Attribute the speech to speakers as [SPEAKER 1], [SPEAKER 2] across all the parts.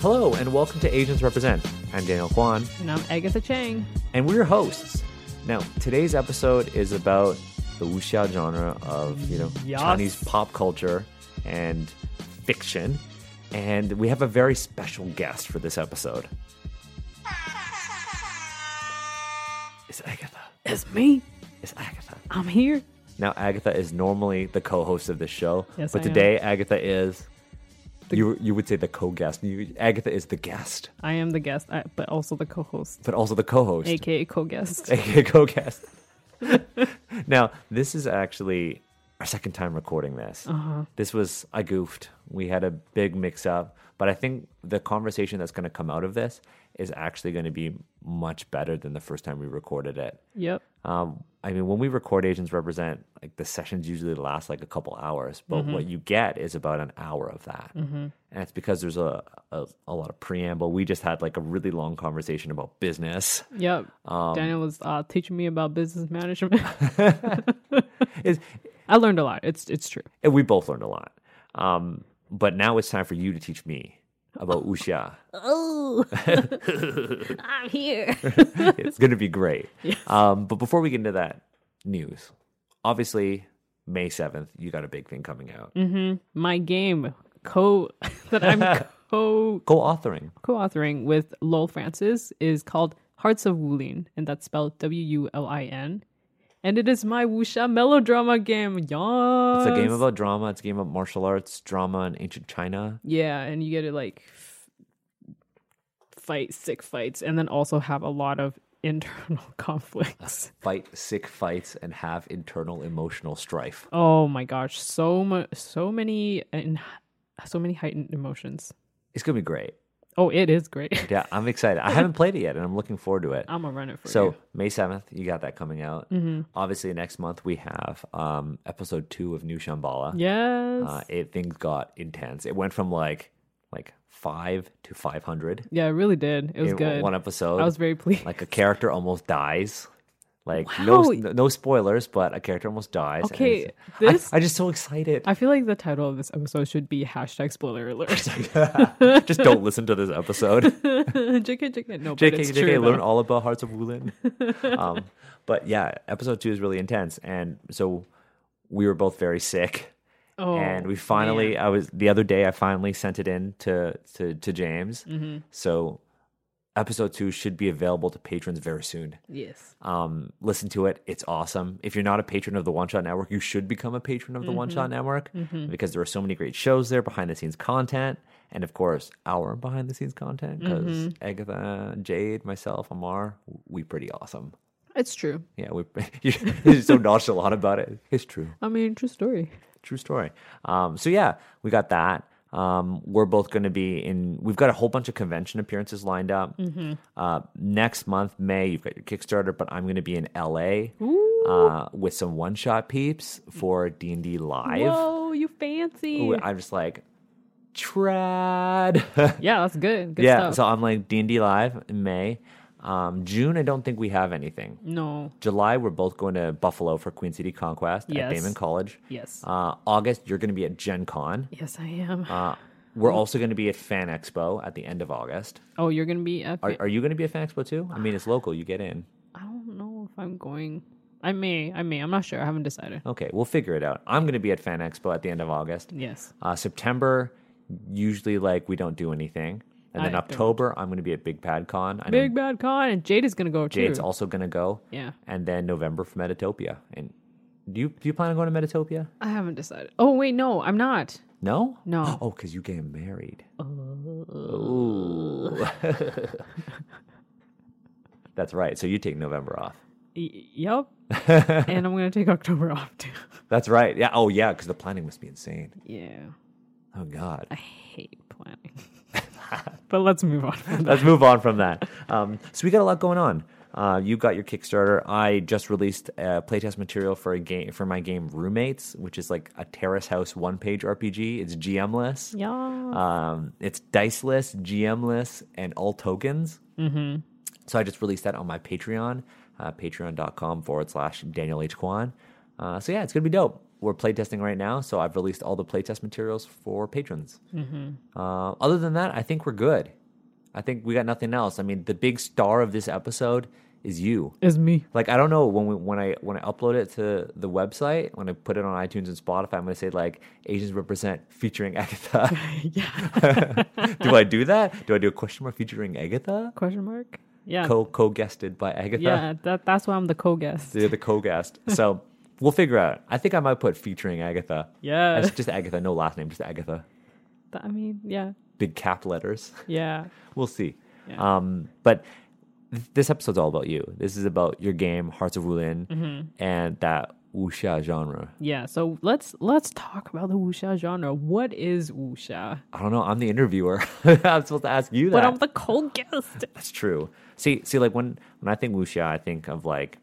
[SPEAKER 1] Hello, and welcome to Asians Represent. I'm Daniel Kwan,
[SPEAKER 2] And I'm Agatha Chang.
[SPEAKER 1] and we're your hosts. Now, today's episode is about the wuxia genre of, you know,
[SPEAKER 2] Yes.
[SPEAKER 1] Chinese pop culture and fiction. And we have a very special guest for this episode. It's Agatha.
[SPEAKER 2] It's me.
[SPEAKER 1] It's Agatha.
[SPEAKER 2] I'm here.
[SPEAKER 1] Now, Agatha is normally the co-host of this show,
[SPEAKER 2] Yes,
[SPEAKER 1] but
[SPEAKER 2] I am.
[SPEAKER 1] today Agatha is you you would say the co-guest. You, Agatha is the guest,
[SPEAKER 2] I am the guest, I, but also the co-host,
[SPEAKER 1] but also the co-host,
[SPEAKER 2] aka co-guest.
[SPEAKER 1] aka co-guest. now, this is actually our second time recording this. This was I goofed. We had a big mix-up, but I think the conversation that's going to come out of this is actually going to be much better than the first time we recorded it.
[SPEAKER 2] Yep.
[SPEAKER 1] Um, I mean, when we record Asians Represent, like the sessions usually last like a couple hours, but what you get is about an hour of that. And it's because there's a, a, a lot of preamble. We just had like a really long conversation about business.
[SPEAKER 2] Yep. Daniel was uh, teaching me about business management.
[SPEAKER 1] It's,
[SPEAKER 2] I learned a lot. It's it's true.
[SPEAKER 1] and we both learned a lot. Um, but now it's time for you to teach me about Wuxia.
[SPEAKER 2] Oh, I'm here.
[SPEAKER 1] it's going to be great. Um, but before we get into that news, obviously, May 7th, you got a big thing coming out.
[SPEAKER 2] My game co that I'm co
[SPEAKER 1] Go authoring.
[SPEAKER 2] co-authoring with Lowell Francis is called Hearts of Wulin, and that's spelled W-U-L-I-N. And it is my wuxia melodrama game. Yawn.
[SPEAKER 1] It's a game about drama. It's a game about martial arts, drama, and ancient China.
[SPEAKER 2] Yeah, and you get to like f- fight sick fights and then also have a lot of internal conflicts.
[SPEAKER 1] Fight sick fights and have internal emotional strife.
[SPEAKER 2] Oh my gosh, so much so many and so many heightened emotions.
[SPEAKER 1] It's gonna be great.
[SPEAKER 2] Oh, it is great.
[SPEAKER 1] Yeah, I'm excited. I haven't played it yet, and I'm looking forward to it.
[SPEAKER 2] I'm gonna run it for
[SPEAKER 1] So
[SPEAKER 2] you.
[SPEAKER 1] May seventh, you got that coming out. Obviously, next month we have um, episode two of New Shambhala.
[SPEAKER 2] Yes.
[SPEAKER 1] Uh, it things got intense. It went from like like five to five hundred
[SPEAKER 2] yeah, it really did. It was
[SPEAKER 1] in
[SPEAKER 2] good.
[SPEAKER 1] one episode.
[SPEAKER 2] I was very pleased.
[SPEAKER 1] like a character almost dies. Like no
[SPEAKER 2] Wow.
[SPEAKER 1] no spoilers, but a character almost dies. and
[SPEAKER 2] Okay,
[SPEAKER 1] it's-
[SPEAKER 2] this-
[SPEAKER 1] I, am just so excited.
[SPEAKER 2] I feel like the title of this episode should be hashtag spoiler alert.
[SPEAKER 1] just don't listen to this episode.
[SPEAKER 2] JK, JK, no, but
[SPEAKER 1] JK,
[SPEAKER 2] it's
[SPEAKER 1] JK,
[SPEAKER 2] true.
[SPEAKER 1] learn
[SPEAKER 2] though.
[SPEAKER 1] all about Hearts of Wulin. um, but yeah, episode two is really intense, and so we were both very sick,
[SPEAKER 2] Oh,
[SPEAKER 1] and we finally. I was the other day. I finally sent it in to to, to James. So episode two should be available to patrons very soon.
[SPEAKER 2] yes.
[SPEAKER 1] Um, listen to it. It's awesome. If you're not a patron of the One Shot Network, you should become a patron of the One Shot Network because there are so many great shows there, behind the scenes content, and of course, our behind the scenes content because Agatha, Jade, myself, Amar, we pretty awesome.
[SPEAKER 2] It's true.
[SPEAKER 1] Yeah, we, you're so nonchalant about it. It's true.
[SPEAKER 2] I mean, true story.
[SPEAKER 1] True story. Um, so yeah, we got that. Um, we're both going to be in. We've got a whole bunch of convention appearances lined up.
[SPEAKER 2] Mm-hmm.
[SPEAKER 1] Uh, next month, May, you've got your Kickstarter, but I'm going to be in LA uh, with some one shot peeps for D and D live.
[SPEAKER 2] Whoa, you fancy.
[SPEAKER 1] Ooh, I'm just like trad.
[SPEAKER 2] yeah, that's good. Good
[SPEAKER 1] yeah,
[SPEAKER 2] stuff.
[SPEAKER 1] so I'm like D and D live in May. Um, June, I don't think we have anything.
[SPEAKER 2] no.
[SPEAKER 1] July, we're both going to Buffalo for Queen City Conquest
[SPEAKER 2] Yes.
[SPEAKER 1] at Damon College.
[SPEAKER 2] Yes.
[SPEAKER 1] Uh, August, you're going to be at Gen Con.
[SPEAKER 2] yes, I am.
[SPEAKER 1] Uh, we're also going to be at Fan Expo at the end of August.
[SPEAKER 2] oh, you're going to be at.
[SPEAKER 1] Are, are you going to be at Fan Expo too? I mean, it's local. You get in.
[SPEAKER 2] I don't know if I'm going. I may. I may. I'm not sure. I haven't decided.
[SPEAKER 1] Okay, we'll figure it out. I'm going to be at Fan Expo at the end of August.
[SPEAKER 2] Yes.
[SPEAKER 1] Uh, September, usually like we don't do anything, and then
[SPEAKER 2] I don't.
[SPEAKER 1] October, I'm going to be at Big Pad Con. I know
[SPEAKER 2] Big Bad Con. And Jade is going to go too.
[SPEAKER 1] Jade's also going to go.
[SPEAKER 2] Yeah.
[SPEAKER 1] And then November for Metatopia. And do you do you plan on going to Metatopia?
[SPEAKER 2] I haven't decided. Oh, wait. No, I'm not.
[SPEAKER 1] No.
[SPEAKER 2] No. Oh.
[SPEAKER 1] Oh, because you getting married. Ooh. That's right. So you take November off.
[SPEAKER 2] Y- yep. and I'm going to take October off too.
[SPEAKER 1] That's right. Yeah. Oh, yeah. Because the planning must be insane.
[SPEAKER 2] yeah.
[SPEAKER 1] Oh God.
[SPEAKER 2] I hate planning. but let's move on. from that.
[SPEAKER 1] Let's move on from that. Um, so we got a lot going on. Uh, you got your Kickstarter. I just released uh, playtest material for a game for my game Roommates, which is like a terrace house one page RPG. It's GMless.
[SPEAKER 2] Yeah.
[SPEAKER 1] Um, it's diceless, GMless, and all tokens. Mm-hmm. So I just released that on my Patreon, uh, patreon.com forward slash Daniel H. Kwan. Uh, so yeah, it's going to be dope. we're playtesting right now, so I've released all the playtest materials for patrons. Uh, other than that, I think we're good. I think we got nothing else. I mean, the big star of this episode is you.
[SPEAKER 2] Is me.
[SPEAKER 1] Like I don't know when we, when I when I upload it to the website, when I put it on iTunes and Spotify, I'm gonna say like Asians represent featuring Agatha.
[SPEAKER 2] yeah.
[SPEAKER 1] do I do that? Do I do a question mark featuring Agatha?
[SPEAKER 2] Question mark? Yeah.
[SPEAKER 1] Co co guested by Agatha.
[SPEAKER 2] yeah, that, that's why I'm the co-guest.
[SPEAKER 1] The, the co guest. So we'll figure out. I think I might put featuring Agatha.
[SPEAKER 2] Yeah.
[SPEAKER 1] That's just Agatha, no last name, just Agatha.
[SPEAKER 2] I mean, yeah.
[SPEAKER 1] Big cap letters.
[SPEAKER 2] Yeah.
[SPEAKER 1] We'll see. Um, but th- this episode's all about you. This is about your game, Hearts of Wulin,
[SPEAKER 2] Mm-hmm.
[SPEAKER 1] and that wuxia genre.
[SPEAKER 2] Yeah, so let's let's talk about the wuxia genre. What is wuxia?
[SPEAKER 1] I don't know. I'm the interviewer. I'm supposed to ask you that.
[SPEAKER 2] But I'm the co-guest.
[SPEAKER 1] That's true. See, see, like when when I think wuxia, I think of like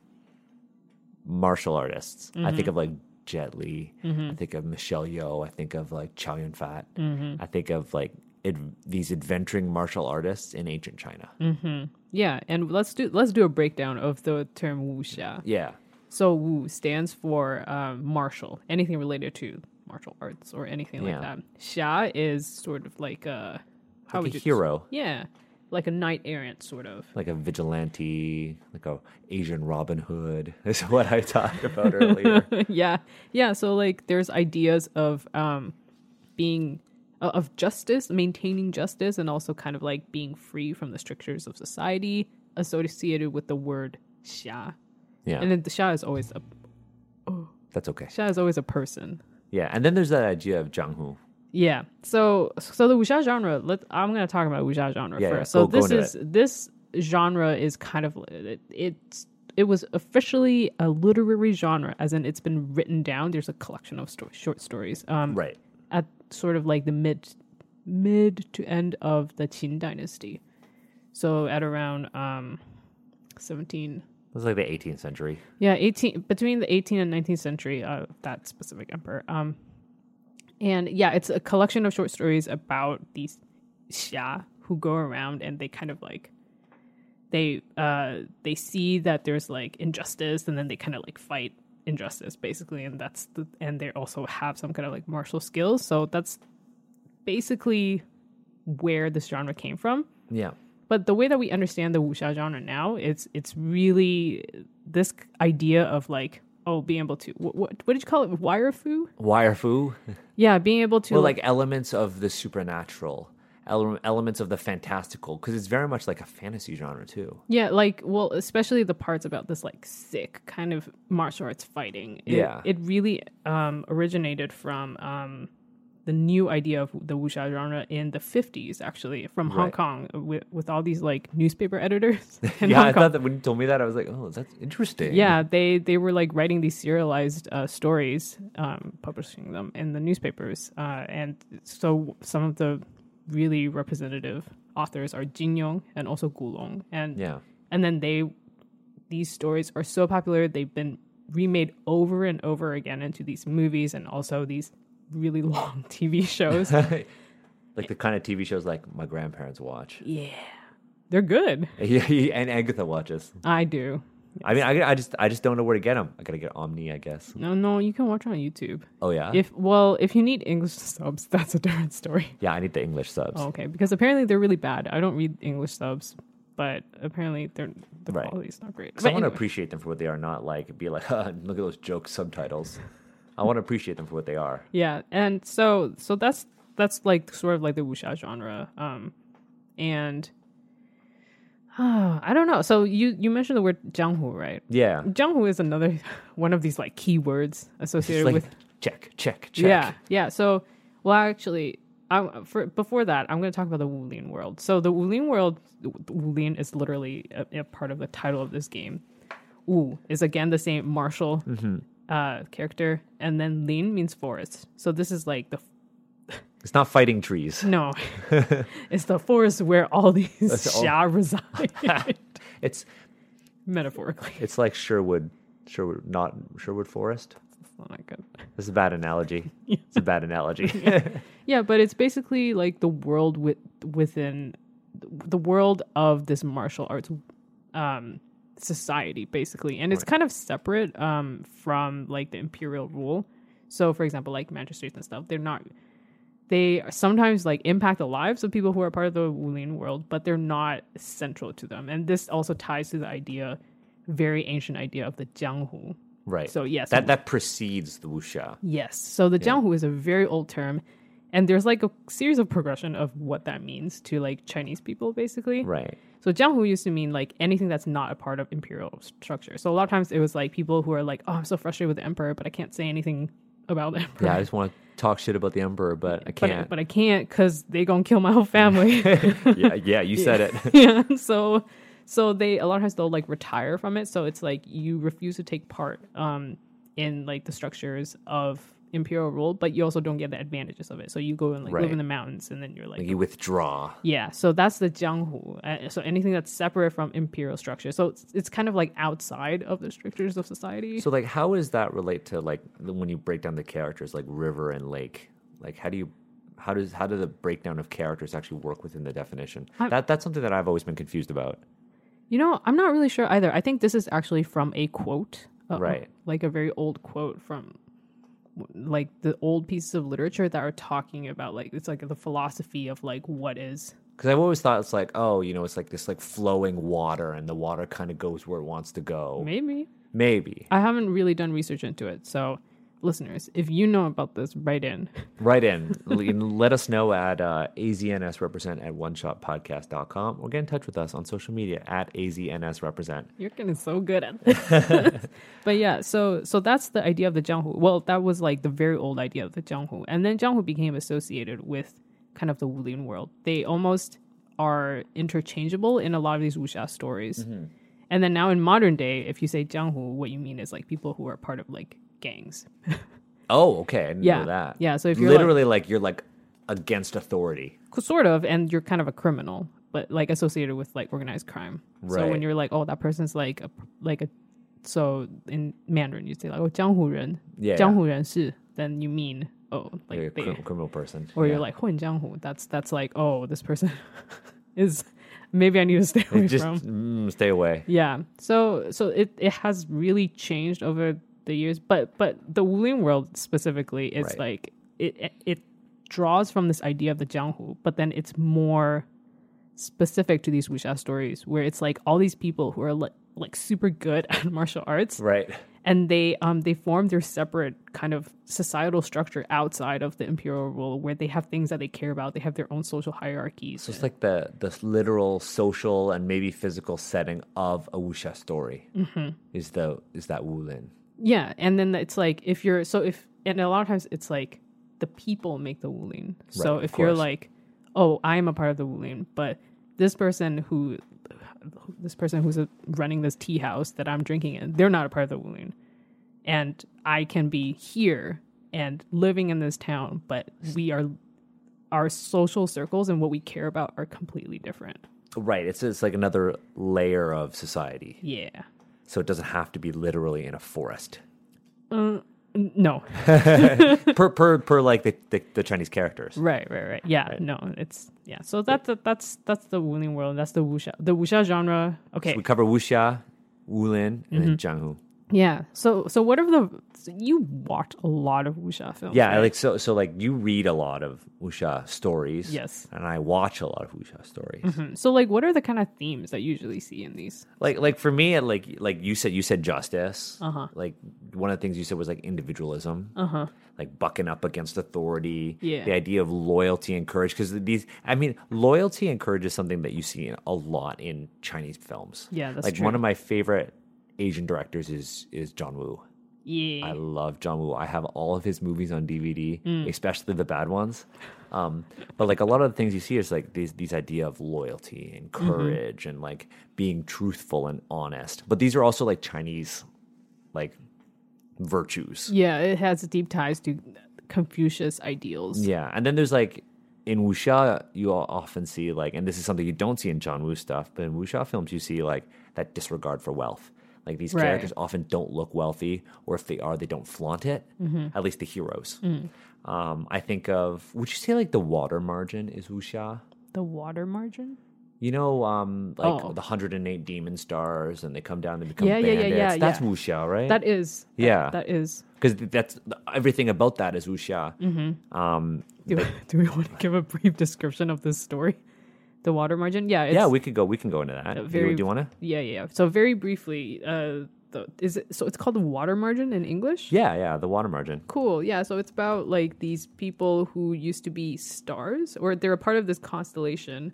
[SPEAKER 1] martial artists. I
[SPEAKER 2] Mm-hmm.
[SPEAKER 1] think of like Jet Li. I think of Michelle Yeoh. I think of like Chow Yun Fat.
[SPEAKER 2] Mm-hmm.
[SPEAKER 1] I think of like ad- these adventuring martial artists in ancient China.
[SPEAKER 2] Mm-hmm. Yeah, and let's do let's do a breakdown of the term wuxia.
[SPEAKER 1] Yeah,
[SPEAKER 2] So Wu stands for um, martial, anything related to martial arts or anything like
[SPEAKER 1] Yeah.
[SPEAKER 2] that. Xia is sort of like a how
[SPEAKER 1] like
[SPEAKER 2] would
[SPEAKER 1] a
[SPEAKER 2] you
[SPEAKER 1] hero,
[SPEAKER 2] Yeah, like a knight errant sort of.
[SPEAKER 1] like a vigilante, like a Asian Robin Hood. Is what I talked about earlier.
[SPEAKER 2] yeah, yeah. So like, there's ideas of um, being o- of justice, maintaining justice, and also kind of like being free from the strictures of society associated with the word xia.
[SPEAKER 1] Yeah,
[SPEAKER 2] And then the xia is always a
[SPEAKER 1] that's okay.
[SPEAKER 2] xia is always a person.
[SPEAKER 1] Yeah, and then there's that idea of Zhang Hu.
[SPEAKER 2] Yeah. So so the wuxia genre. Let I'm going to talk about wuxia genre
[SPEAKER 1] Yeah, yeah.
[SPEAKER 2] first.
[SPEAKER 1] Go-
[SPEAKER 2] So
[SPEAKER 1] go
[SPEAKER 2] this
[SPEAKER 1] into
[SPEAKER 2] is this genre is kind of it, it's it was officially a literary genre, as in it's been written down. There's a collection of sto- short stories. Um,
[SPEAKER 1] Right.
[SPEAKER 2] at sort of like the mid mid to end of the Qin dynasty. So at around um 17
[SPEAKER 1] It was like the 18th century.
[SPEAKER 2] yeah, 18 between the 18th and 19th century of that specific emperor. Um and yeah, it's a collection of short stories about these xia who go around and they kind of like they uh they see that there's like injustice and then they kind of like fight injustice basically and that's the and they also have some kind of like martial skills. So that's basically where this genre came from
[SPEAKER 1] Yeah.
[SPEAKER 2] but the way that we understand the wuxia genre now it's it's really this idea of like oh being able to what what, what did you call it wire foo
[SPEAKER 1] Wire Fu.
[SPEAKER 2] yeah being able to
[SPEAKER 1] Well, like elements of the supernatural, ele- elements of the fantastical, because it's very much like a fantasy genre too.
[SPEAKER 2] yeah like well especially the parts about this like sick kind of martial arts fighting it,
[SPEAKER 1] Yeah.
[SPEAKER 2] it really um originated from um the new idea of the wuxia genre in the 50s actually from hong
[SPEAKER 1] Right.
[SPEAKER 2] kong uh, with, with all these like newspaper editors in
[SPEAKER 1] yeah,
[SPEAKER 2] hong
[SPEAKER 1] I
[SPEAKER 2] kong
[SPEAKER 1] thought that when you told me that, I was like, oh, that's interesting.
[SPEAKER 2] yeah they they were like writing these serialized uh, stories um, publishing them in the newspapers uh, and so some of the really representative authors are jin yong and also gulong and
[SPEAKER 1] Yeah.
[SPEAKER 2] and then they these stories are so popular they've been remade over and over again into these movies and also these really long tv shows
[SPEAKER 1] like the kind of TV shows like my grandparents watch.
[SPEAKER 2] yeah they're good
[SPEAKER 1] Yeah, and Agatha watches.
[SPEAKER 2] i do
[SPEAKER 1] I mean, I, I just I just don't know where to get them. I gotta get Omni, I guess.
[SPEAKER 2] no no you can watch on youtube
[SPEAKER 1] Oh yeah,
[SPEAKER 2] if well if you need english subs that's a different story
[SPEAKER 1] yeah. I need the English subs.
[SPEAKER 2] Oh, okay, because apparently they're really bad. I don't read English subs, but apparently they're the
[SPEAKER 1] Right.
[SPEAKER 2] quality's not great.
[SPEAKER 1] 'Cause
[SPEAKER 2] But
[SPEAKER 1] I want to
[SPEAKER 2] anyway,
[SPEAKER 1] appreciate them for what they are, not like be like, "Huh, look at those joke subtitles. I want to appreciate them for what they are.
[SPEAKER 2] yeah, and so so that's that's like sort of like the wuxia genre. Um, and I don't know. So you you mentioned the word jianghu, right?
[SPEAKER 1] Yeah,
[SPEAKER 2] Jianghu is another one of these like keywords
[SPEAKER 1] Just
[SPEAKER 2] associated
[SPEAKER 1] like,
[SPEAKER 2] with
[SPEAKER 1] check, check, check.
[SPEAKER 2] Yeah, yeah. So, well, actually, I, for, before that, I'm going to talk about the Wulin world. So, the Wulin world, Wulin is literally a, a part of the title of this game. Wu is again the same martial
[SPEAKER 1] Mm-hmm.
[SPEAKER 2] uh, character, and then Lin means forest. So, this is like the
[SPEAKER 1] It's not fighting trees.
[SPEAKER 2] no, it's the forest where all these
[SPEAKER 1] all-
[SPEAKER 2] Xia reside,
[SPEAKER 1] It's
[SPEAKER 2] metaphorically.
[SPEAKER 1] it's like Sherwood, Sherwood, not Sherwood Forest.
[SPEAKER 2] It's not good.
[SPEAKER 1] This is a bad analogy. It's a bad analogy.
[SPEAKER 2] Yeah, but it's basically like the world with within the world of this martial arts um society basically. And it's kind of separate um from like the imperial rule. So, for example, like magistrates and stuff, they're not. They sometimes like impact the lives of people who are part of the Wulian world, but they're not central to them. And this also ties to the idea, very ancient idea of the Jianghu.
[SPEAKER 1] Right.
[SPEAKER 2] So yes,
[SPEAKER 1] that that precedes the wuxia.
[SPEAKER 2] Yes. So the Jianghu is a very old term, and there's like a series of progression of what that means to like Chinese people, basically.
[SPEAKER 1] Right.
[SPEAKER 2] So Jianghu used to mean like anything that's not a part of imperial structure. So a lot of times it was like people who are like, "Oh, I'm so frustrated with the emperor, but I can't say anything about the emperor."
[SPEAKER 1] Yeah, I just want to talk shit about the emperor, but I
[SPEAKER 2] but,
[SPEAKER 1] can't.
[SPEAKER 2] but I can't because they gonna kill my whole family.
[SPEAKER 1] yeah, yeah, you said it.
[SPEAKER 2] yeah. So so they a lot of times they'll like retire from it. So it's like you refuse to take part um in like the structures of imperial rule, but you also don't get the advantages of it. So you go and like live
[SPEAKER 1] Right.
[SPEAKER 2] in the mountains, and then you're like,
[SPEAKER 1] Like you withdraw.
[SPEAKER 2] yeah. So that's the jianghu. Uh, so anything that's separate from imperial structure. So it's, it's kind of like outside of the structures of society.
[SPEAKER 1] So like, how does that relate to like the- when you break down the characters, like river and lake? Like, how do you, how does how do the breakdown of characters actually work within the definition? that that's something that I've always been confused about.
[SPEAKER 2] You know, I'm not really sure either. I think this is actually from a quote, uh,
[SPEAKER 1] Right.
[SPEAKER 2] Like a very old quote from like the old pieces of literature that are talking about like it's like the philosophy of like what is
[SPEAKER 1] Because I've always thought it's like, oh, you know, it's like this like flowing water, and the water kind of goes where it wants to go.
[SPEAKER 2] maybe
[SPEAKER 1] Maybe.
[SPEAKER 2] I haven't really done research into it. So, listeners, if you know about this, write in.
[SPEAKER 1] Right in. L- and Let us know at uh, aznsrepresent at oneshotpodcast.com or get in touch with us on social media at aznsrepresent.
[SPEAKER 2] You're getting so good at this. but yeah, so so that's the idea of the Jianghu. Well, that was like the very old idea of the Jianghu. And then Jianghu became associated with kind of the Wulian world. They almost are interchangeable in a lot of these wuxia stories.
[SPEAKER 1] Mm-hmm.
[SPEAKER 2] And then now in modern day, if you say Jianghu, what you mean is like people who are part of like gangs.
[SPEAKER 1] Oh, okay. I didn't
[SPEAKER 2] Yeah.
[SPEAKER 1] know that.
[SPEAKER 2] Yeah, so if you're, like-
[SPEAKER 1] literally like, you're like against authority.
[SPEAKER 2] Sort of, and you're kind of a criminal, but like associated with like organized crime. So when
[SPEAKER 1] Right.
[SPEAKER 2] you're like, oh, that person's like a like a so in Mandarin you say like oh 江湖人,
[SPEAKER 1] Yeah, yeah.
[SPEAKER 2] 江湖人士, then you mean oh like
[SPEAKER 1] You're a
[SPEAKER 2] they,
[SPEAKER 1] cri- criminal person.
[SPEAKER 2] or
[SPEAKER 1] Yeah.
[SPEAKER 2] you're like 混江湖. That's that's like oh this person is maybe I need to stay away
[SPEAKER 1] just
[SPEAKER 2] from.
[SPEAKER 1] mm, stay away.
[SPEAKER 2] Yeah. So so it it has really changed over the years, but but the Wuling world specifically is
[SPEAKER 1] Right.
[SPEAKER 2] like it it- it draws from this idea of the Jianghu, but then it's more specific to these wuxia stories where it's like all these people who are like like super good at martial arts
[SPEAKER 1] Right.
[SPEAKER 2] and they um they form their separate kind of societal structure outside of the imperial rule where they have things that they care about they have their own social hierarchies
[SPEAKER 1] So it's like the the literal social and maybe physical setting of a wuxia story
[SPEAKER 2] Mm-hmm.
[SPEAKER 1] is the is that wulin.
[SPEAKER 2] Yeah, and then it's like if you're so if and a lot of times it's like the people make the wuling. so
[SPEAKER 1] Right, of
[SPEAKER 2] if you're
[SPEAKER 1] course.
[SPEAKER 2] like, oh, I am a part of the wuling, but this person who this person who's uh, running this tea house that I'm drinking in, they're not a part of the wuling, and I can be here and living in this town, but we are our social circles and what we care about are completely different.
[SPEAKER 1] Right. It's it's like another layer of society.
[SPEAKER 2] Yeah.
[SPEAKER 1] So it doesn't have to be literally in a forest.
[SPEAKER 2] N- No.
[SPEAKER 1] per per per like the, the, the Chinese characters.
[SPEAKER 2] Right, right, right. Yeah, no, it's yeah. So that's the, that's that's the Wuling world. That's the wuxia, the wuxia genre. Okay, Mm-hmm.
[SPEAKER 1] We cover wuxia, wulin, and then jianghu.
[SPEAKER 2] yeah. So so what are the so you watch a lot of wuxia films?
[SPEAKER 1] Yeah, I
[SPEAKER 2] right?
[SPEAKER 1] like so so like you read a lot of wuxia stories.
[SPEAKER 2] Yes.
[SPEAKER 1] and I watch a lot of wuxia stories.
[SPEAKER 2] Hmm. So like, what are the kind of themes that you usually see in these?
[SPEAKER 1] Like like for me, I like like you said, you said justice.
[SPEAKER 2] Uh-huh.
[SPEAKER 1] Like one of the things you said was like individualism.
[SPEAKER 2] Uh huh.
[SPEAKER 1] like bucking up against authority.
[SPEAKER 2] Yeah.
[SPEAKER 1] The idea of loyalty and courage. Because these, I mean, loyalty and courage is something that you see in- a lot in Chinese films.
[SPEAKER 2] Yeah, that's
[SPEAKER 1] like
[SPEAKER 2] true.
[SPEAKER 1] one of my favorite Asian directors is is John Woo. I
[SPEAKER 2] Yeah.
[SPEAKER 1] love John Woo. I have all of his movies on DVD, especially the bad ones. Um, but like a lot of the things you see is like these these idea of loyalty and courage and like being truthful and honest. But these are also like Chinese, like virtues.
[SPEAKER 2] yeah, it has deep ties to Confucius ideals.
[SPEAKER 1] Yeah, and then there's like in wuxia you all often see like, and this is something you don't see in John Woo stuff, but in wuxia films you see like that disregard for wealth. Like these
[SPEAKER 2] Right.
[SPEAKER 1] characters often don't look wealthy, or if they are, they don't flaunt it.
[SPEAKER 2] Mm-hmm.
[SPEAKER 1] At least the heroes.
[SPEAKER 2] Mm.
[SPEAKER 1] Um, I think of would you say like the water margin is wuxia?
[SPEAKER 2] The water margin.
[SPEAKER 1] You know, um, like
[SPEAKER 2] Oh.
[SPEAKER 1] the 108 demon stars, and they come down and become
[SPEAKER 2] Yeah, yeah, yeah,
[SPEAKER 1] bandits.
[SPEAKER 2] yeah,
[SPEAKER 1] That's
[SPEAKER 2] yeah.
[SPEAKER 1] wuxia, right?
[SPEAKER 2] That is.
[SPEAKER 1] yeah,
[SPEAKER 2] That is.
[SPEAKER 1] because that's everything about that is wuxia.
[SPEAKER 2] Mm-hmm.
[SPEAKER 1] Um,
[SPEAKER 2] Do, do we want to give a brief description of this story? The water margin? Yeah. It's,
[SPEAKER 1] yeah, we could go. We can go into that. Do you-
[SPEAKER 2] very-
[SPEAKER 1] do you want to?
[SPEAKER 2] yeah, yeah. yeah. So very briefly, uh, the, is it, so it's called the water margin in English?
[SPEAKER 1] Yeah, yeah. The water margin.
[SPEAKER 2] Cool. Yeah. So it's about like these people who used to be stars or they're a part of this constellation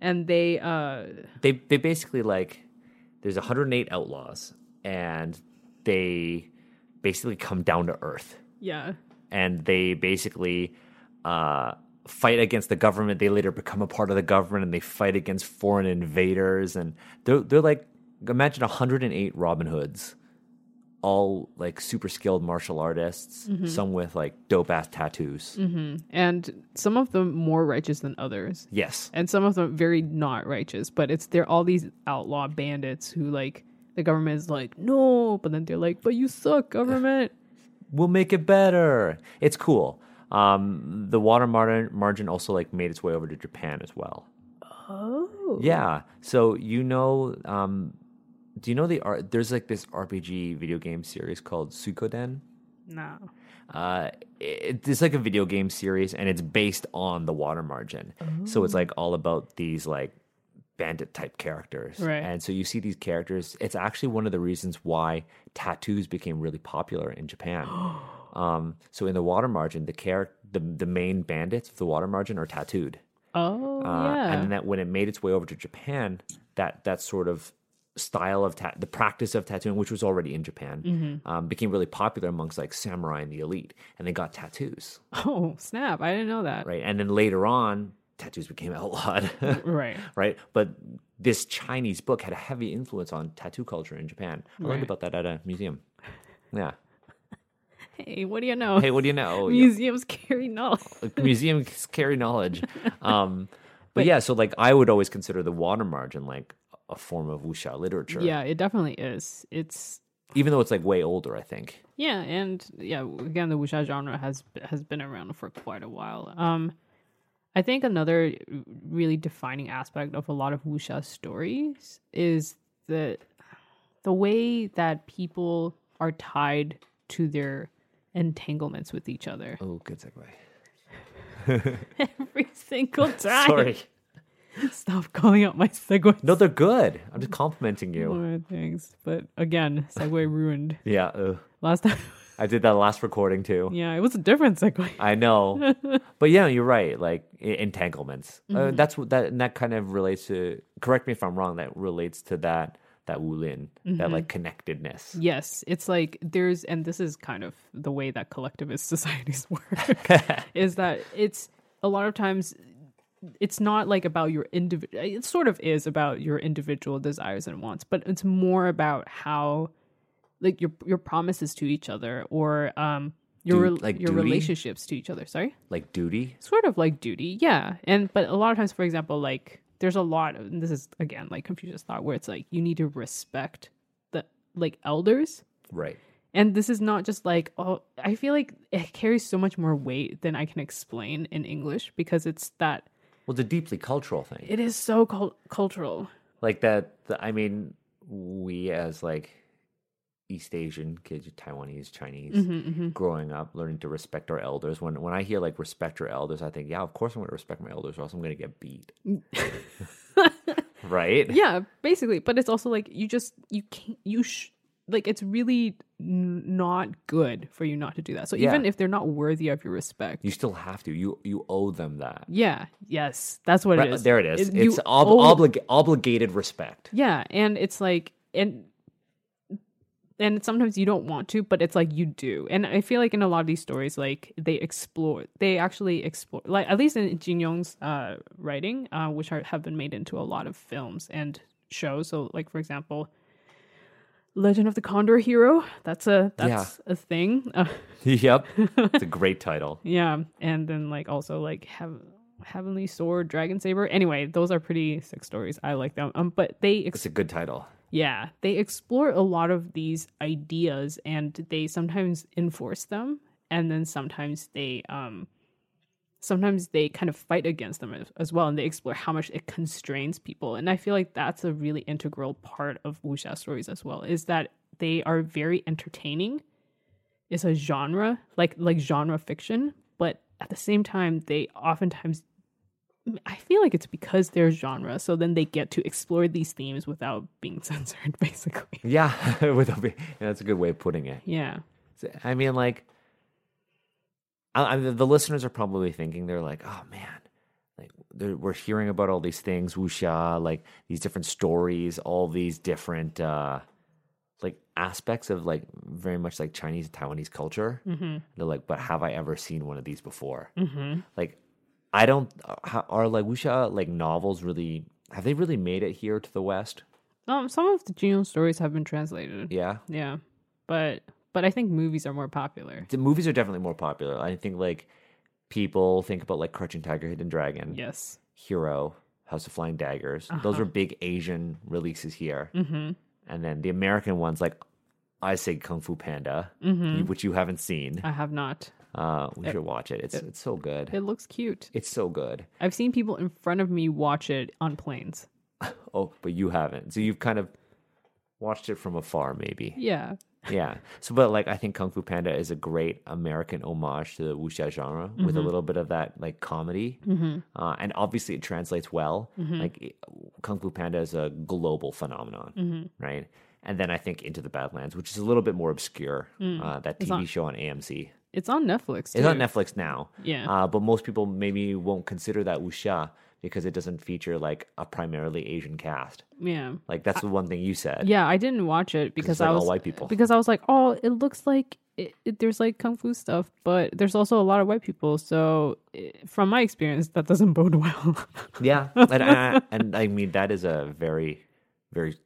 [SPEAKER 2] and they, uh,
[SPEAKER 1] they they basically like there's 108 outlaws and they basically come down to earth
[SPEAKER 2] yeah.
[SPEAKER 1] and they basically uh, fight against the government. They later become a part of the government and they fight against foreign invaders and they're they're like imagine 108 Robin Hoods, all like super skilled martial artists, some with like dope ass tattoos.
[SPEAKER 2] hmm, And some of them more righteous than others.
[SPEAKER 1] Yes,
[SPEAKER 2] and some of them very not righteous but it's they're all these outlaw bandits who like the government is like no but then they're like but you suck government
[SPEAKER 1] we'll make it better. It's cool. Um, the water margin margin also like made its way over to Japan as well.
[SPEAKER 2] oh
[SPEAKER 1] Yeah. So you know, um, do you know the art? There's like this RPG video game series called Suikoden.
[SPEAKER 2] no
[SPEAKER 1] Uh, it, it's like a video game series, and it's based on the water margin. So it's like all about these like bandit type characters,
[SPEAKER 2] Right.
[SPEAKER 1] and so you see these characters. It's actually one of the reasons why tattoos became really popular in Japan. um, so in the water margin, the character, the the main bandits of the water margin are tattooed.
[SPEAKER 2] oh
[SPEAKER 1] Uh,
[SPEAKER 2] yeah
[SPEAKER 1] and then that when it made its way over to Japan, that that sort of style of ta- the practice of tattooing, which was already in Japan,
[SPEAKER 2] Mm-hmm.
[SPEAKER 1] um, became really popular amongst like samurai and the elite, and they got tattoos,
[SPEAKER 2] oh snap i didn't know that right,
[SPEAKER 1] right? And then later on, tattoos became outlawed, right? But this Chinese book had a heavy influence on tattoo culture in Japan. I learned
[SPEAKER 2] Right.
[SPEAKER 1] about that at a museum. Yeah.
[SPEAKER 2] hey what do you know
[SPEAKER 1] Hey, what do you know? Yeah.
[SPEAKER 2] museums carry knowledge
[SPEAKER 1] museums carry knowledge. Um, but yeah, so like I would always consider the water margin like a form of wuxia literature.
[SPEAKER 2] yeah it definitely is it's
[SPEAKER 1] Even though it's like way older, I think.
[SPEAKER 2] Yeah, and yeah, again, the wuxia genre has has been around for quite a while. Um, I think another really defining aspect of a lot of wuxia stories is the the way that people are tied to their entanglements with each other
[SPEAKER 1] Oh, good segue.
[SPEAKER 2] every single time.
[SPEAKER 1] Sorry.
[SPEAKER 2] Stop calling out my segue.
[SPEAKER 1] No, they're good. I'm just complimenting you.
[SPEAKER 2] More things, but again, segue ruined
[SPEAKER 1] Yeah. ugh.
[SPEAKER 2] last time.
[SPEAKER 1] I did that last recording too.
[SPEAKER 2] Yeah, it was a different segue.
[SPEAKER 1] I know, but yeah, you're right. Like e- entanglements. Uh, that's what that and that kind of relates to. Correct me if I'm wrong. That relates to that that wulin, that like connectedness.
[SPEAKER 2] Yes, it's like there's, and this is kind of the way that collectivist societies work, is that it's a lot of times it's not like about your individual, it sort of is about your individual desires and wants, but it's more about how, like, your your promises to each other or um your
[SPEAKER 1] Du-
[SPEAKER 2] rel-
[SPEAKER 1] like
[SPEAKER 2] your
[SPEAKER 1] duty?
[SPEAKER 2] relationships to each other. Sorry,
[SPEAKER 1] Like duty.
[SPEAKER 2] sort of like duty, yeah. And but a lot of times, for example, like there's a lot, of, and this is again like Confucius thought, where it's like you need to respect the like elders
[SPEAKER 1] Right.
[SPEAKER 2] and this is not just like oh i feel like it carries so much more weight than i can explain in english because it's that
[SPEAKER 1] Well, it's a deeply cultural thing.
[SPEAKER 2] it is so cul- cultural
[SPEAKER 1] like that the, i mean we as like east asian kids taiwanese chinese
[SPEAKER 2] Mm-hmm,
[SPEAKER 1] growing up learning to respect our elders when when i hear like respect your elders i think yeah of course i'm going to respect my elders or else i'm going to get beat right
[SPEAKER 2] yeah basically but it's also like you just you can't you sh- like it's really n- not good for you not to do that so
[SPEAKER 1] Yeah.
[SPEAKER 2] even if they're not worthy of your respect
[SPEAKER 1] you still have to you you owe them that
[SPEAKER 2] yeah yes that's what it
[SPEAKER 1] Right,
[SPEAKER 2] is
[SPEAKER 1] there it is
[SPEAKER 2] you
[SPEAKER 1] it's ob-
[SPEAKER 2] owe-
[SPEAKER 1] oblig- obligated respect
[SPEAKER 2] Yeah, and it's like and and sometimes you don't want to, but it's like you do. And I feel like in a lot of these stories, like they explore, they actually explore, like at least in Jin Yong's uh, writing, uh, which are, have been made into a lot of films and shows. So, like for example, Legend of the Condor Hero. That's a that's a thing. Uh,
[SPEAKER 1] yep it's a great title
[SPEAKER 2] yeah, and then like also like have. Heavenly Sword, Dragon Saber. Anyway, those are pretty sick stories. I like them. Um, but they
[SPEAKER 1] it's a good title
[SPEAKER 2] yeah, they explore a lot of these ideas and they sometimes enforce them and then sometimes they um sometimes they kind of fight against them as, as well and they explore how much it constrains people and I feel like that's a really integral part of wuxia stories as well is that they are very entertaining is a genre, like like genre fiction, but at the same time, they oftentimes I feel like it's because they're genre, so then they get to explore these themes without being censored, basically.
[SPEAKER 1] Yeah, without be- that's a good way of putting it.
[SPEAKER 2] Yeah.
[SPEAKER 1] So, I mean, like, I, I, the listeners are probably thinking they're like, oh man, like they're- we're hearing about all these things, wuxia, like these different stories, all these different uh, like aspects of like very much like Chinese and Taiwanese culture. They're like, but have I ever seen one of these before? Like, I don't. How, are like wuxia like novels really? Have they really made it here to the West?
[SPEAKER 2] Um, some of the Genome stories have been translated.
[SPEAKER 1] Yeah.
[SPEAKER 2] Yeah. But but I think movies are more popular.
[SPEAKER 1] the movies are definitely more popular. I think like people think about like Crouching Tiger, Hidden Dragon,
[SPEAKER 2] Yes.
[SPEAKER 1] Hero, House of Flying Daggers. Those were big Asian releases here,
[SPEAKER 2] Mm.
[SPEAKER 1] mm-hmm. and then the American ones like I say Kung Fu Panda, you- which you haven't seen.
[SPEAKER 2] Mm-hmm. I have not.
[SPEAKER 1] Uh, we should watch it. It's it's so good.
[SPEAKER 2] It looks cute.
[SPEAKER 1] It's so good.
[SPEAKER 2] I've seen people in front of me watch it on planes.
[SPEAKER 1] Oh, but you haven't. So you've kind of watched it from afar, maybe.
[SPEAKER 2] Yeah.
[SPEAKER 1] yeah. So, but like, I think Kung Fu Panda is a great American homage to the wuxia genre with a little bit of that like comedy, uh, and obviously it translates well. Like, it- Kung Fu Panda is a global phenomenon, right? And then I think Into the Badlands, which is a little bit more obscure, uh, that TV show on AMC.
[SPEAKER 2] It's on Netflix. Too.
[SPEAKER 1] It's on Netflix now.
[SPEAKER 2] Yeah.
[SPEAKER 1] Uh, but most people maybe won't consider that wuxia because it doesn't feature like a primarily Asian cast.
[SPEAKER 2] Yeah.
[SPEAKER 1] Like that's the one thing you said.
[SPEAKER 2] Yeah, I didn't watch it because
[SPEAKER 1] like
[SPEAKER 2] I
[SPEAKER 1] all
[SPEAKER 2] was
[SPEAKER 1] white people.
[SPEAKER 2] Because I was like, oh, it looks like it, it, there's like kung fu stuff, but there's also a lot of white people. So, it, from my experience, that doesn't bode well.
[SPEAKER 1] Yeah, and, and, and I mean that is a very, very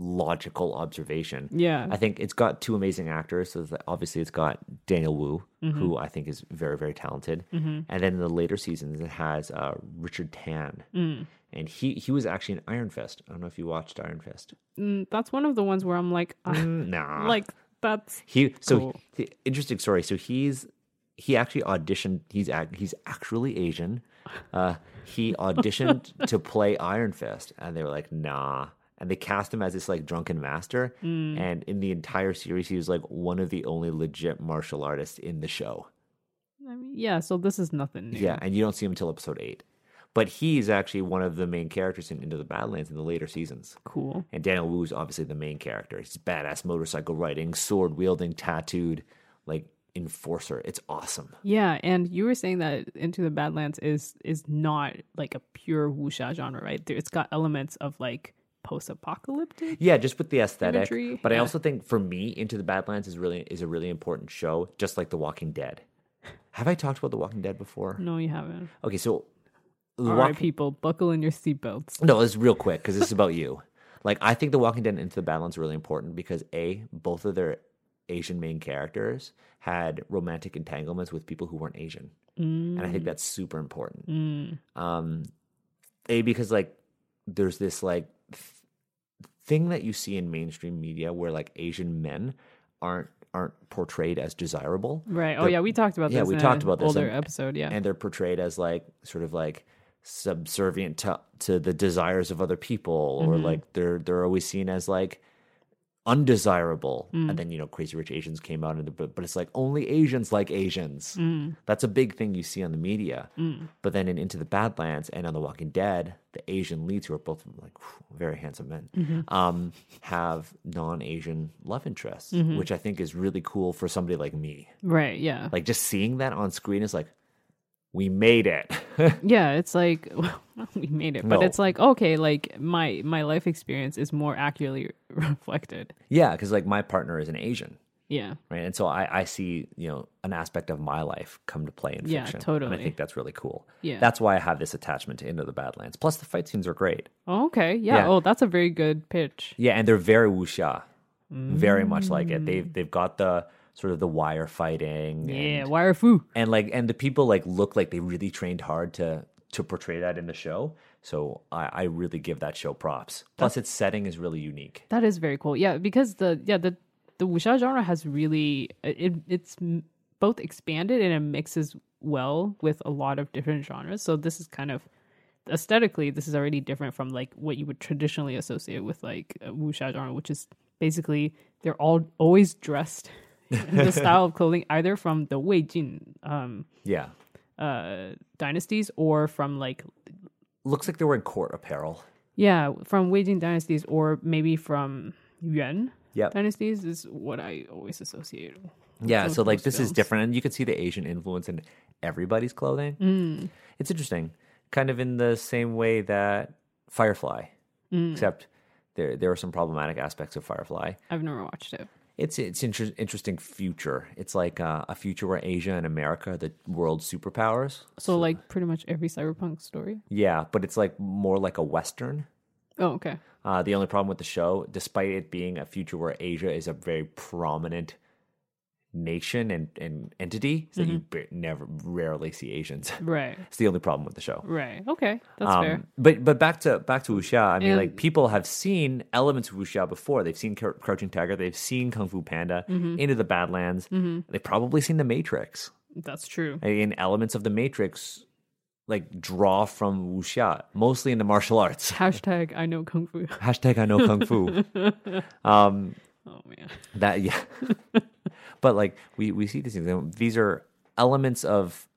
[SPEAKER 1] logical observation.
[SPEAKER 2] yeah,
[SPEAKER 1] I think it's got two amazing actors. So that- obviously, it's got Daniel Wu,
[SPEAKER 2] Mm-hmm.
[SPEAKER 1] who I think is very, very talented, and then in the later seasons it has uh, Richard Tan,
[SPEAKER 2] Mm.
[SPEAKER 1] and he he was actually in Iron Fist. I don't know if you watched Iron Fist.
[SPEAKER 2] Mm, that's one of the ones where I'm like, I,
[SPEAKER 1] Mm, nah,
[SPEAKER 2] like that's
[SPEAKER 1] he so
[SPEAKER 2] Cool.
[SPEAKER 1] he- interesting story. So he's he actually auditioned. He's ac- he's actually Asian. Uh, he auditioned to play Iron Fist, and they were like, "Nah." And they cast him as this like drunken master.
[SPEAKER 2] mm."
[SPEAKER 1] And in the entire series, he was like one of the only legit martial artists in the show.
[SPEAKER 2] I mean, yeah. So this is nothing new.
[SPEAKER 1] Yeah, and you don't see him until episode eight. But he's actually one of the main characters in Into the Badlands in the later seasons.
[SPEAKER 2] Cool.
[SPEAKER 1] And Daniel Wu is obviously the main character. He's badass motorcycle riding, sword wielding, tattooed, like enforcer. It's awesome.
[SPEAKER 2] Yeah, and you were saying that Into the Badlands is is not like a pure wuxia genre, right? There- It's got elements of like post-apocalyptic.
[SPEAKER 1] Yeah, just with the aesthetic.
[SPEAKER 2] Imagery,
[SPEAKER 1] but I
[SPEAKER 2] yeah.
[SPEAKER 1] also think for me, Into the Badlands is really is a really important show, just like The Walking Dead. Have I talked about The Walking Dead before?
[SPEAKER 2] No, you haven't.
[SPEAKER 1] Okay, so The
[SPEAKER 2] All
[SPEAKER 1] Walking
[SPEAKER 2] right, people, buckle in your seatbelts.
[SPEAKER 1] No, it's real quick because this is about you. Like I think The Walking Dead and Into the Badlands are really important because a both of their Asian main characters had romantic entanglements with people who weren't Asian, and
[SPEAKER 2] Mm.
[SPEAKER 1] I think that's super
[SPEAKER 2] Mm-hmm.
[SPEAKER 1] important. Um, a because like there's this like th- thing that you see in mainstream media where like Asian men aren't aren't portrayed as desirable,
[SPEAKER 2] Right. Oh
[SPEAKER 1] They're-
[SPEAKER 2] yeah, we talked about
[SPEAKER 1] Yeah,
[SPEAKER 2] this.
[SPEAKER 1] we
[SPEAKER 2] in
[SPEAKER 1] talked
[SPEAKER 2] an
[SPEAKER 1] about this
[SPEAKER 2] older
[SPEAKER 1] and-
[SPEAKER 2] episode. Yeah.
[SPEAKER 1] and they're portrayed as like sort of like subservient to to the desires of other people or like they're they're always seen as like undesirable and then you know crazy rich asians came out and the, but, but it's like only asians like asians that's a big thing you see on the media but then in into the badlands and on the walking dead the asian leads who are both like very handsome men um, have non-asian love interests which i think is really cool for somebody like me
[SPEAKER 2] right. Yeah.
[SPEAKER 1] like just seeing that on screen is like we made it
[SPEAKER 2] yeah. It's like well, we made it, but
[SPEAKER 1] No.
[SPEAKER 2] it's like okay, like my my life experience is more accurately reflected.
[SPEAKER 1] yeah because like my partner is an asian
[SPEAKER 2] Yeah.
[SPEAKER 1] right and so I, I see you know an aspect of my life come to play in
[SPEAKER 2] Yeah,
[SPEAKER 1] fiction and i
[SPEAKER 2] totally.
[SPEAKER 1] think that's really cool
[SPEAKER 2] Yeah.
[SPEAKER 1] that's why i have this attachment to into the badlands plus the fight scenes are great
[SPEAKER 2] Oh, okay. Yeah.
[SPEAKER 1] Yeah.
[SPEAKER 2] Oh, that's a very good pitch.
[SPEAKER 1] yeah and they're very wuxia very much like it they've, they've got the sort of the wire fighting
[SPEAKER 2] Yeah.
[SPEAKER 1] and,
[SPEAKER 2] Wire foo.
[SPEAKER 1] and like and the people like look like they really trained hard to to portray that in the show so i, I really give that show props plus its setting is really unique
[SPEAKER 2] That is very cool. Yeah, because the yeah the the wuxia genre has really it it's m- both expanded and it mixes well with a lot of different genres. So this is kind of aesthetically this is already different from like what you would traditionally associate with like a wuxia genre, which is basically they're all always dressed the style of clothing either from the Wei Jin um,
[SPEAKER 1] Yeah.
[SPEAKER 2] uh, dynasties or from like
[SPEAKER 1] Looks like they're wearing court apparel.
[SPEAKER 2] yeah from Wei Jin dynasties or maybe from Yuan
[SPEAKER 1] Yep.
[SPEAKER 2] dynasties is what I always associate.
[SPEAKER 1] Yeah,
[SPEAKER 2] those-
[SPEAKER 1] so like
[SPEAKER 2] those
[SPEAKER 1] this is
[SPEAKER 2] films.
[SPEAKER 1] different, and you can see the Asian influence in everybody's clothing.
[SPEAKER 2] Mm.
[SPEAKER 1] It's interesting, kind of in the same way that Firefly,
[SPEAKER 2] Mm.
[SPEAKER 1] except there there are some problematic aspects of Firefly.
[SPEAKER 2] I've never watched it.
[SPEAKER 1] It's it's inter- interesting future. It's like uh, a future where Asia and America are the world's superpowers.
[SPEAKER 2] So, like pretty much every cyberpunk story.
[SPEAKER 1] Yeah, but it's like more like a western.
[SPEAKER 2] Oh okay.
[SPEAKER 1] Uh, the only problem with the show, despite it being a future where Asia is a very prominent nation and, and entity, is that you
[SPEAKER 2] Mm-hmm.
[SPEAKER 1] ba- never rarely see Asians.
[SPEAKER 2] Right.
[SPEAKER 1] It's the only problem with the show.
[SPEAKER 2] Right. Okay. That's
[SPEAKER 1] Um,
[SPEAKER 2] fair.
[SPEAKER 1] But but back to back to wuxia. I mean,
[SPEAKER 2] And-
[SPEAKER 1] like people have seen elements of wuxia before. They've seen Cr- Crouching Tiger. They've seen Kung Fu Panda.
[SPEAKER 2] Mm-hmm.
[SPEAKER 1] Into the Badlands. They've probably seen The Matrix.
[SPEAKER 2] That's true.
[SPEAKER 1] I mean, elements of The Matrix like draw from wuxia, mostly in the martial arts.
[SPEAKER 2] Hashtag I know kung fu.
[SPEAKER 1] Hashtag I know kung fu. um,
[SPEAKER 2] Oh man.
[SPEAKER 1] that yeah. but like we we see these things. These are elements of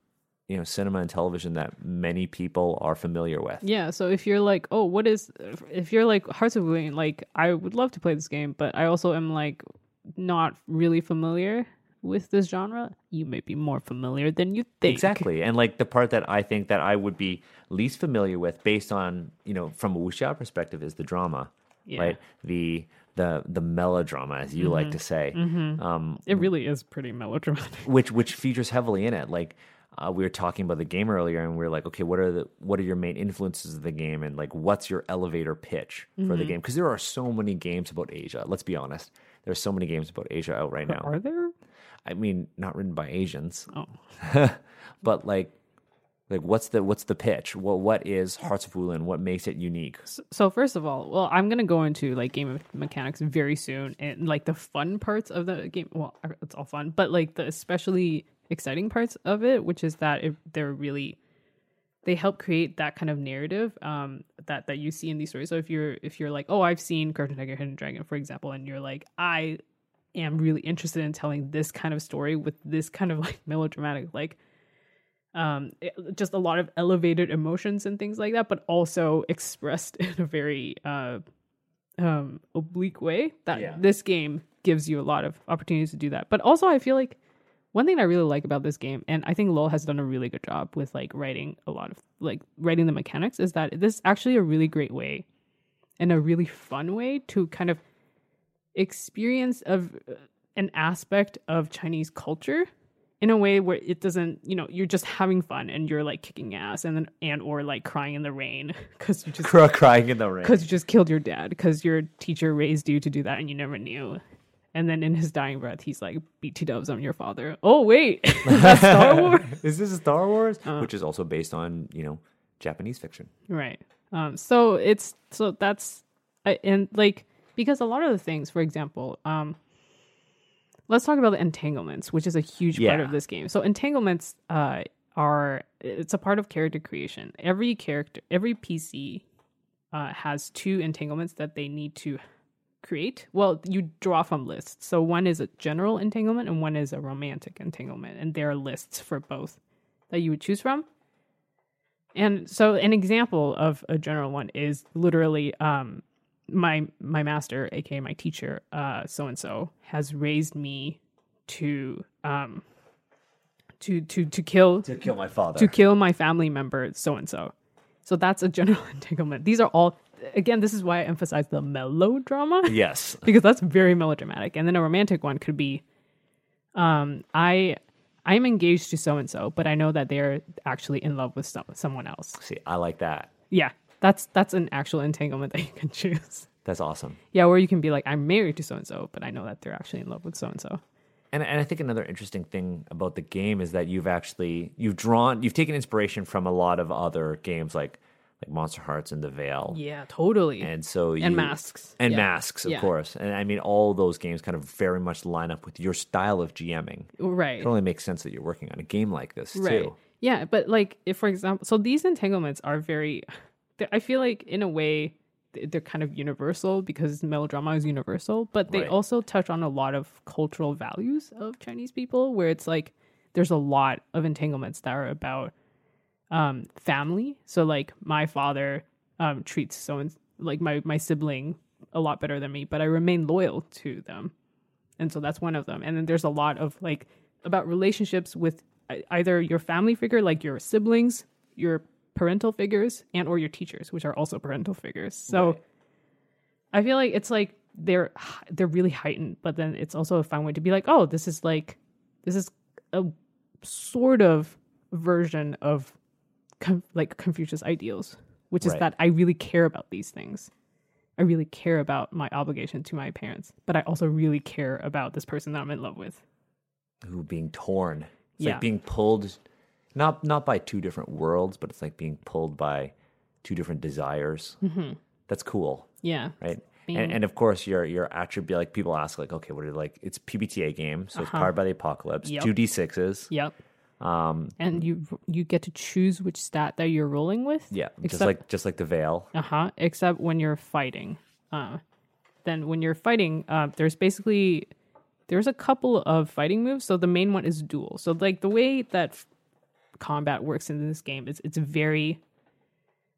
[SPEAKER 1] you know cinema and television that many people are familiar with.
[SPEAKER 2] Yeah, so if you're like, oh, what is? If you're like Hearts of Wayne, like I would love to play this game, but I also am like not really familiar with this genre. You may be more familiar than you think.
[SPEAKER 1] Exactly. And like the part that I think that I would be least familiar with based on, you know, from a wuxia perspective is the drama.
[SPEAKER 2] Yeah. Mm-hmm.
[SPEAKER 1] Right? The the the melodrama as you like to say. Um
[SPEAKER 2] It really is pretty melodramatic.
[SPEAKER 1] which which features heavily in it. Like uh, we were talking about the game earlier, and we were like, okay, what are the what are your main influences of the game, and like what's your elevator pitch for
[SPEAKER 2] Mm-hmm.
[SPEAKER 1] the game? Because there are so many games about Asia. Let's be honest, there's so many games about Asia out right now.
[SPEAKER 2] Are there?
[SPEAKER 1] I mean, not written by Asians,
[SPEAKER 2] Oh,
[SPEAKER 1] but like. Like what's the what's the pitch? What what is Hearts of Wulin? What makes it unique?
[SPEAKER 2] so, so first of all, well, I'm gonna go into like game me- mechanics very soon, and like the fun parts of the game. Well, are- it's all fun, but like the especially exciting parts of it, which is that it, they're really they help create that kind of narrative um, that that you see in these stories. So if you're if you're like, oh, I've seen Curtain Tiger, Hidden Dragon, for example, and you're like, I am really interested in telling this kind of story with this kind of like melodramatic, like um, it- just a lot of elevated emotions and things like that, but also expressed in a very uh, um, oblique way. That
[SPEAKER 1] Yeah.
[SPEAKER 2] this game gives you a lot of opportunities to do that. But also, I feel like one thing I really like about this game, and I think LOL has done a really good job with like writing a lot of like writing the mechanics, is that this is actually a really great way and a really fun way to kind of experience of uh, an aspect of Chinese culture in a way where it doesn't, you know, you're just having fun and you're like kicking ass and then and or like crying in the rain because you just
[SPEAKER 1] Cry- Crying in the rain.
[SPEAKER 2] because you just killed your dad because your teacher raised you to do that and you never knew. And then in his dying breath, he's like, "BT dubs, I'm your father." Oh wait, that's Star Wars, Uh.
[SPEAKER 1] is this Star Wars? Which is also based on you know Japanese fiction.
[SPEAKER 2] right? Um, so it's so that's I- and like because a lot of the things, for example, um, let's talk about the entanglements, which is a huge part
[SPEAKER 1] Yeah.
[SPEAKER 2] of this game. So entanglements uh, are it's a part of character creation. Every character, every PC uh, has two entanglements that they need to create. Well, you draw from lists. So one is a general entanglement and one is a romantic entanglement, and there are lists for both that you would choose from. And so an example of a general one is literally um my my master, aka my teacher, uh so and so has raised me to um to to to kill
[SPEAKER 1] To kill my father.
[SPEAKER 2] to kill my family member so and so. So that's a general entanglement. These are all again, this is why I emphasize the melodrama
[SPEAKER 1] yes.
[SPEAKER 2] because that's very melodramatic. And then a romantic one could be, um, I I'm engaged to so and so, but I know that they're actually in love with some, someone else.
[SPEAKER 1] See, I like that.
[SPEAKER 2] Yeah, that's that's an actual entanglement that you can choose.
[SPEAKER 1] That's awesome.
[SPEAKER 2] Yeah, or you can be like, I'm married to so and so, but I know that they're actually in love with so and so.
[SPEAKER 1] And, and I think another interesting thing about the game is that you've actually you've drawn you've taken inspiration from a lot of other games like like Monster Hearts and The Veil,
[SPEAKER 2] Yeah, totally.
[SPEAKER 1] and so you,
[SPEAKER 2] And masks.
[SPEAKER 1] and
[SPEAKER 2] Yeah.
[SPEAKER 1] masks of
[SPEAKER 2] Yeah.
[SPEAKER 1] course. And I mean, all those games kind of very much line up with your style of GMing.
[SPEAKER 2] right.
[SPEAKER 1] It only makes sense that you're working on a game like this too.
[SPEAKER 2] Yeah, but like if for example, so these entanglements are very. they're- I feel like in a way th- they're kind of universal because melodrama is universal, but they
[SPEAKER 1] Right.
[SPEAKER 2] also touch on a lot of cultural values of Chinese people, where it's like there's a lot of entanglements that are about um, family. So like my father um, treats so and like my my sibling a lot better than me, but I remain loyal to them, and so that's one of them. And then there's a lot of like about relationships with ei- either your family figure, like your siblings, your parental figures, and or your teachers, which are also parental figures. So I feel like it's like they're h- they're really heightened, but then it's also a fun way to be like, oh, this is like this is a sort of version of con- like Confucius ideals, which is
[SPEAKER 1] Right.
[SPEAKER 2] that I really care about these things. I really care about my obligation to my parents, but I also really care about this person that I'm in love with.
[SPEAKER 1] Who being torn? It's
[SPEAKER 2] Yeah.
[SPEAKER 1] like being pulled, not not by two different worlds, but it's like being pulled by two different desires.
[SPEAKER 2] Mm-hmm.
[SPEAKER 1] That's cool,
[SPEAKER 2] Yeah.
[SPEAKER 1] right?
[SPEAKER 2] Being-
[SPEAKER 1] And, and of course, your your attribute. Like people ask, like, okay, what are like? It's PBTA game, so it's powered by the apocalypse.
[SPEAKER 2] Uh-huh. Yep.
[SPEAKER 1] Two d sixes.
[SPEAKER 2] Yep.
[SPEAKER 1] Um,
[SPEAKER 2] And you you get to choose which stat that you're rolling with.
[SPEAKER 1] yeah, just
[SPEAKER 2] Except-
[SPEAKER 1] like just like the veil.
[SPEAKER 2] Uh huh. Except when you're fighting. Uh, then when you're fighting, uh, there's basically there's a couple of fighting moves. So the main one is duel. So like the way that f- combat works in this game is it's very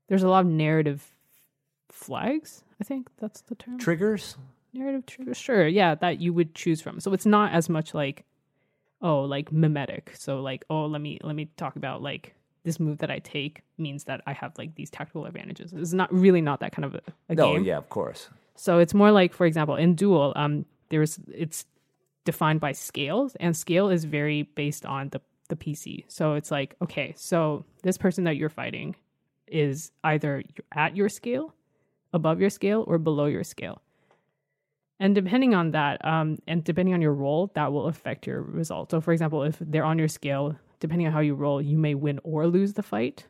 [SPEAKER 2] there's a lot of narrative flags. I think that's the term.
[SPEAKER 1] Triggers.
[SPEAKER 2] narrative trigger. Sure, yeah, that you would choose from. So it's not as much like, oh, like mimetic. So like, oh, let me let me talk about like this move that I take means that I have like these tactical advantages. It's not really not that kind of a, a
[SPEAKER 1] No,
[SPEAKER 2] game.
[SPEAKER 1] yeah, of course.
[SPEAKER 2] So it's more like, for example, in Duel, um, there's it's defined by scales, and scale is very based on the the PC. So it's like, okay, so this person that you're fighting is either at your scale, above your scale, or below your scale. And depending on that, um, and depending on your role, that will affect your result. So, for example, if they're on your scale, depending on how you roll, you may win or lose the fight.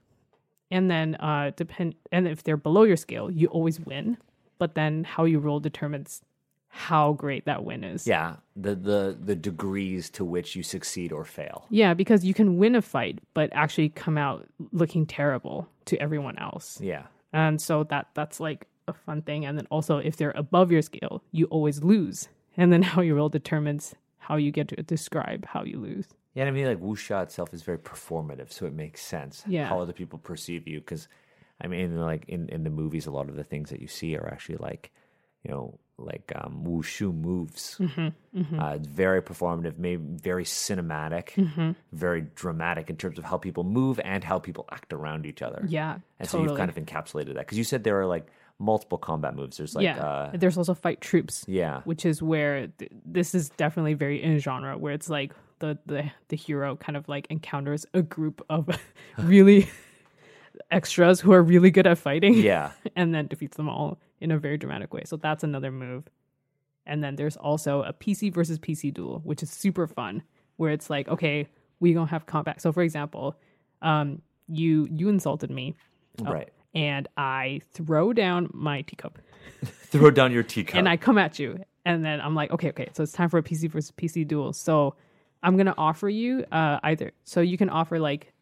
[SPEAKER 2] And then, uh, depend, and if they're below your scale, you always win. But then, how you roll determines how great that win is.
[SPEAKER 1] Yeah, the the the degrees to which you succeed or fail.
[SPEAKER 2] Yeah, because you can win a fight, but actually come out looking terrible to everyone else.
[SPEAKER 1] Yeah,
[SPEAKER 2] and so that that's like a fun thing and then also if they're above your scale you always lose and then how you roll determines how you get to describe how you lose
[SPEAKER 1] Yeah, and I mean, like wuxia itself is very performative, so it makes sense
[SPEAKER 2] Yeah.
[SPEAKER 1] how other people perceive you. Because, I mean, like in, in the movies, a lot of the things that you see are actually like, you know, like um, wushu moves.
[SPEAKER 2] Mm-hmm,
[SPEAKER 1] Uh, it's very performative, maybe very cinematic,
[SPEAKER 2] Mm-hmm.
[SPEAKER 1] very dramatic in terms of how people move and how people act around each other.
[SPEAKER 2] yeah
[SPEAKER 1] and so
[SPEAKER 2] totally
[SPEAKER 1] you've kind of encapsulated that because you said there are like multiple combat moves. There's like,
[SPEAKER 2] yeah
[SPEAKER 1] uh,
[SPEAKER 2] there's also fight troops
[SPEAKER 1] yeah,
[SPEAKER 2] which is where th- this is definitely very in genre where it's like the the, the hero kind of like encounters a group of really extras who are really good at fighting
[SPEAKER 1] yeah.
[SPEAKER 2] and then defeats them all in a very dramatic way. So that's another move. And then there's also a PC versus PC duel, which is super fun, where it's like, okay, we gonna have combat. So for example, um, you you insulted me,
[SPEAKER 1] Right.
[SPEAKER 2] and I throw down my teacup,
[SPEAKER 1] Throw down your teacup.
[SPEAKER 2] and I come at you, and then I'm like, okay, okay, so it's time for a PC versus PC duel. So I'm gonna offer you uh, either, so you can offer like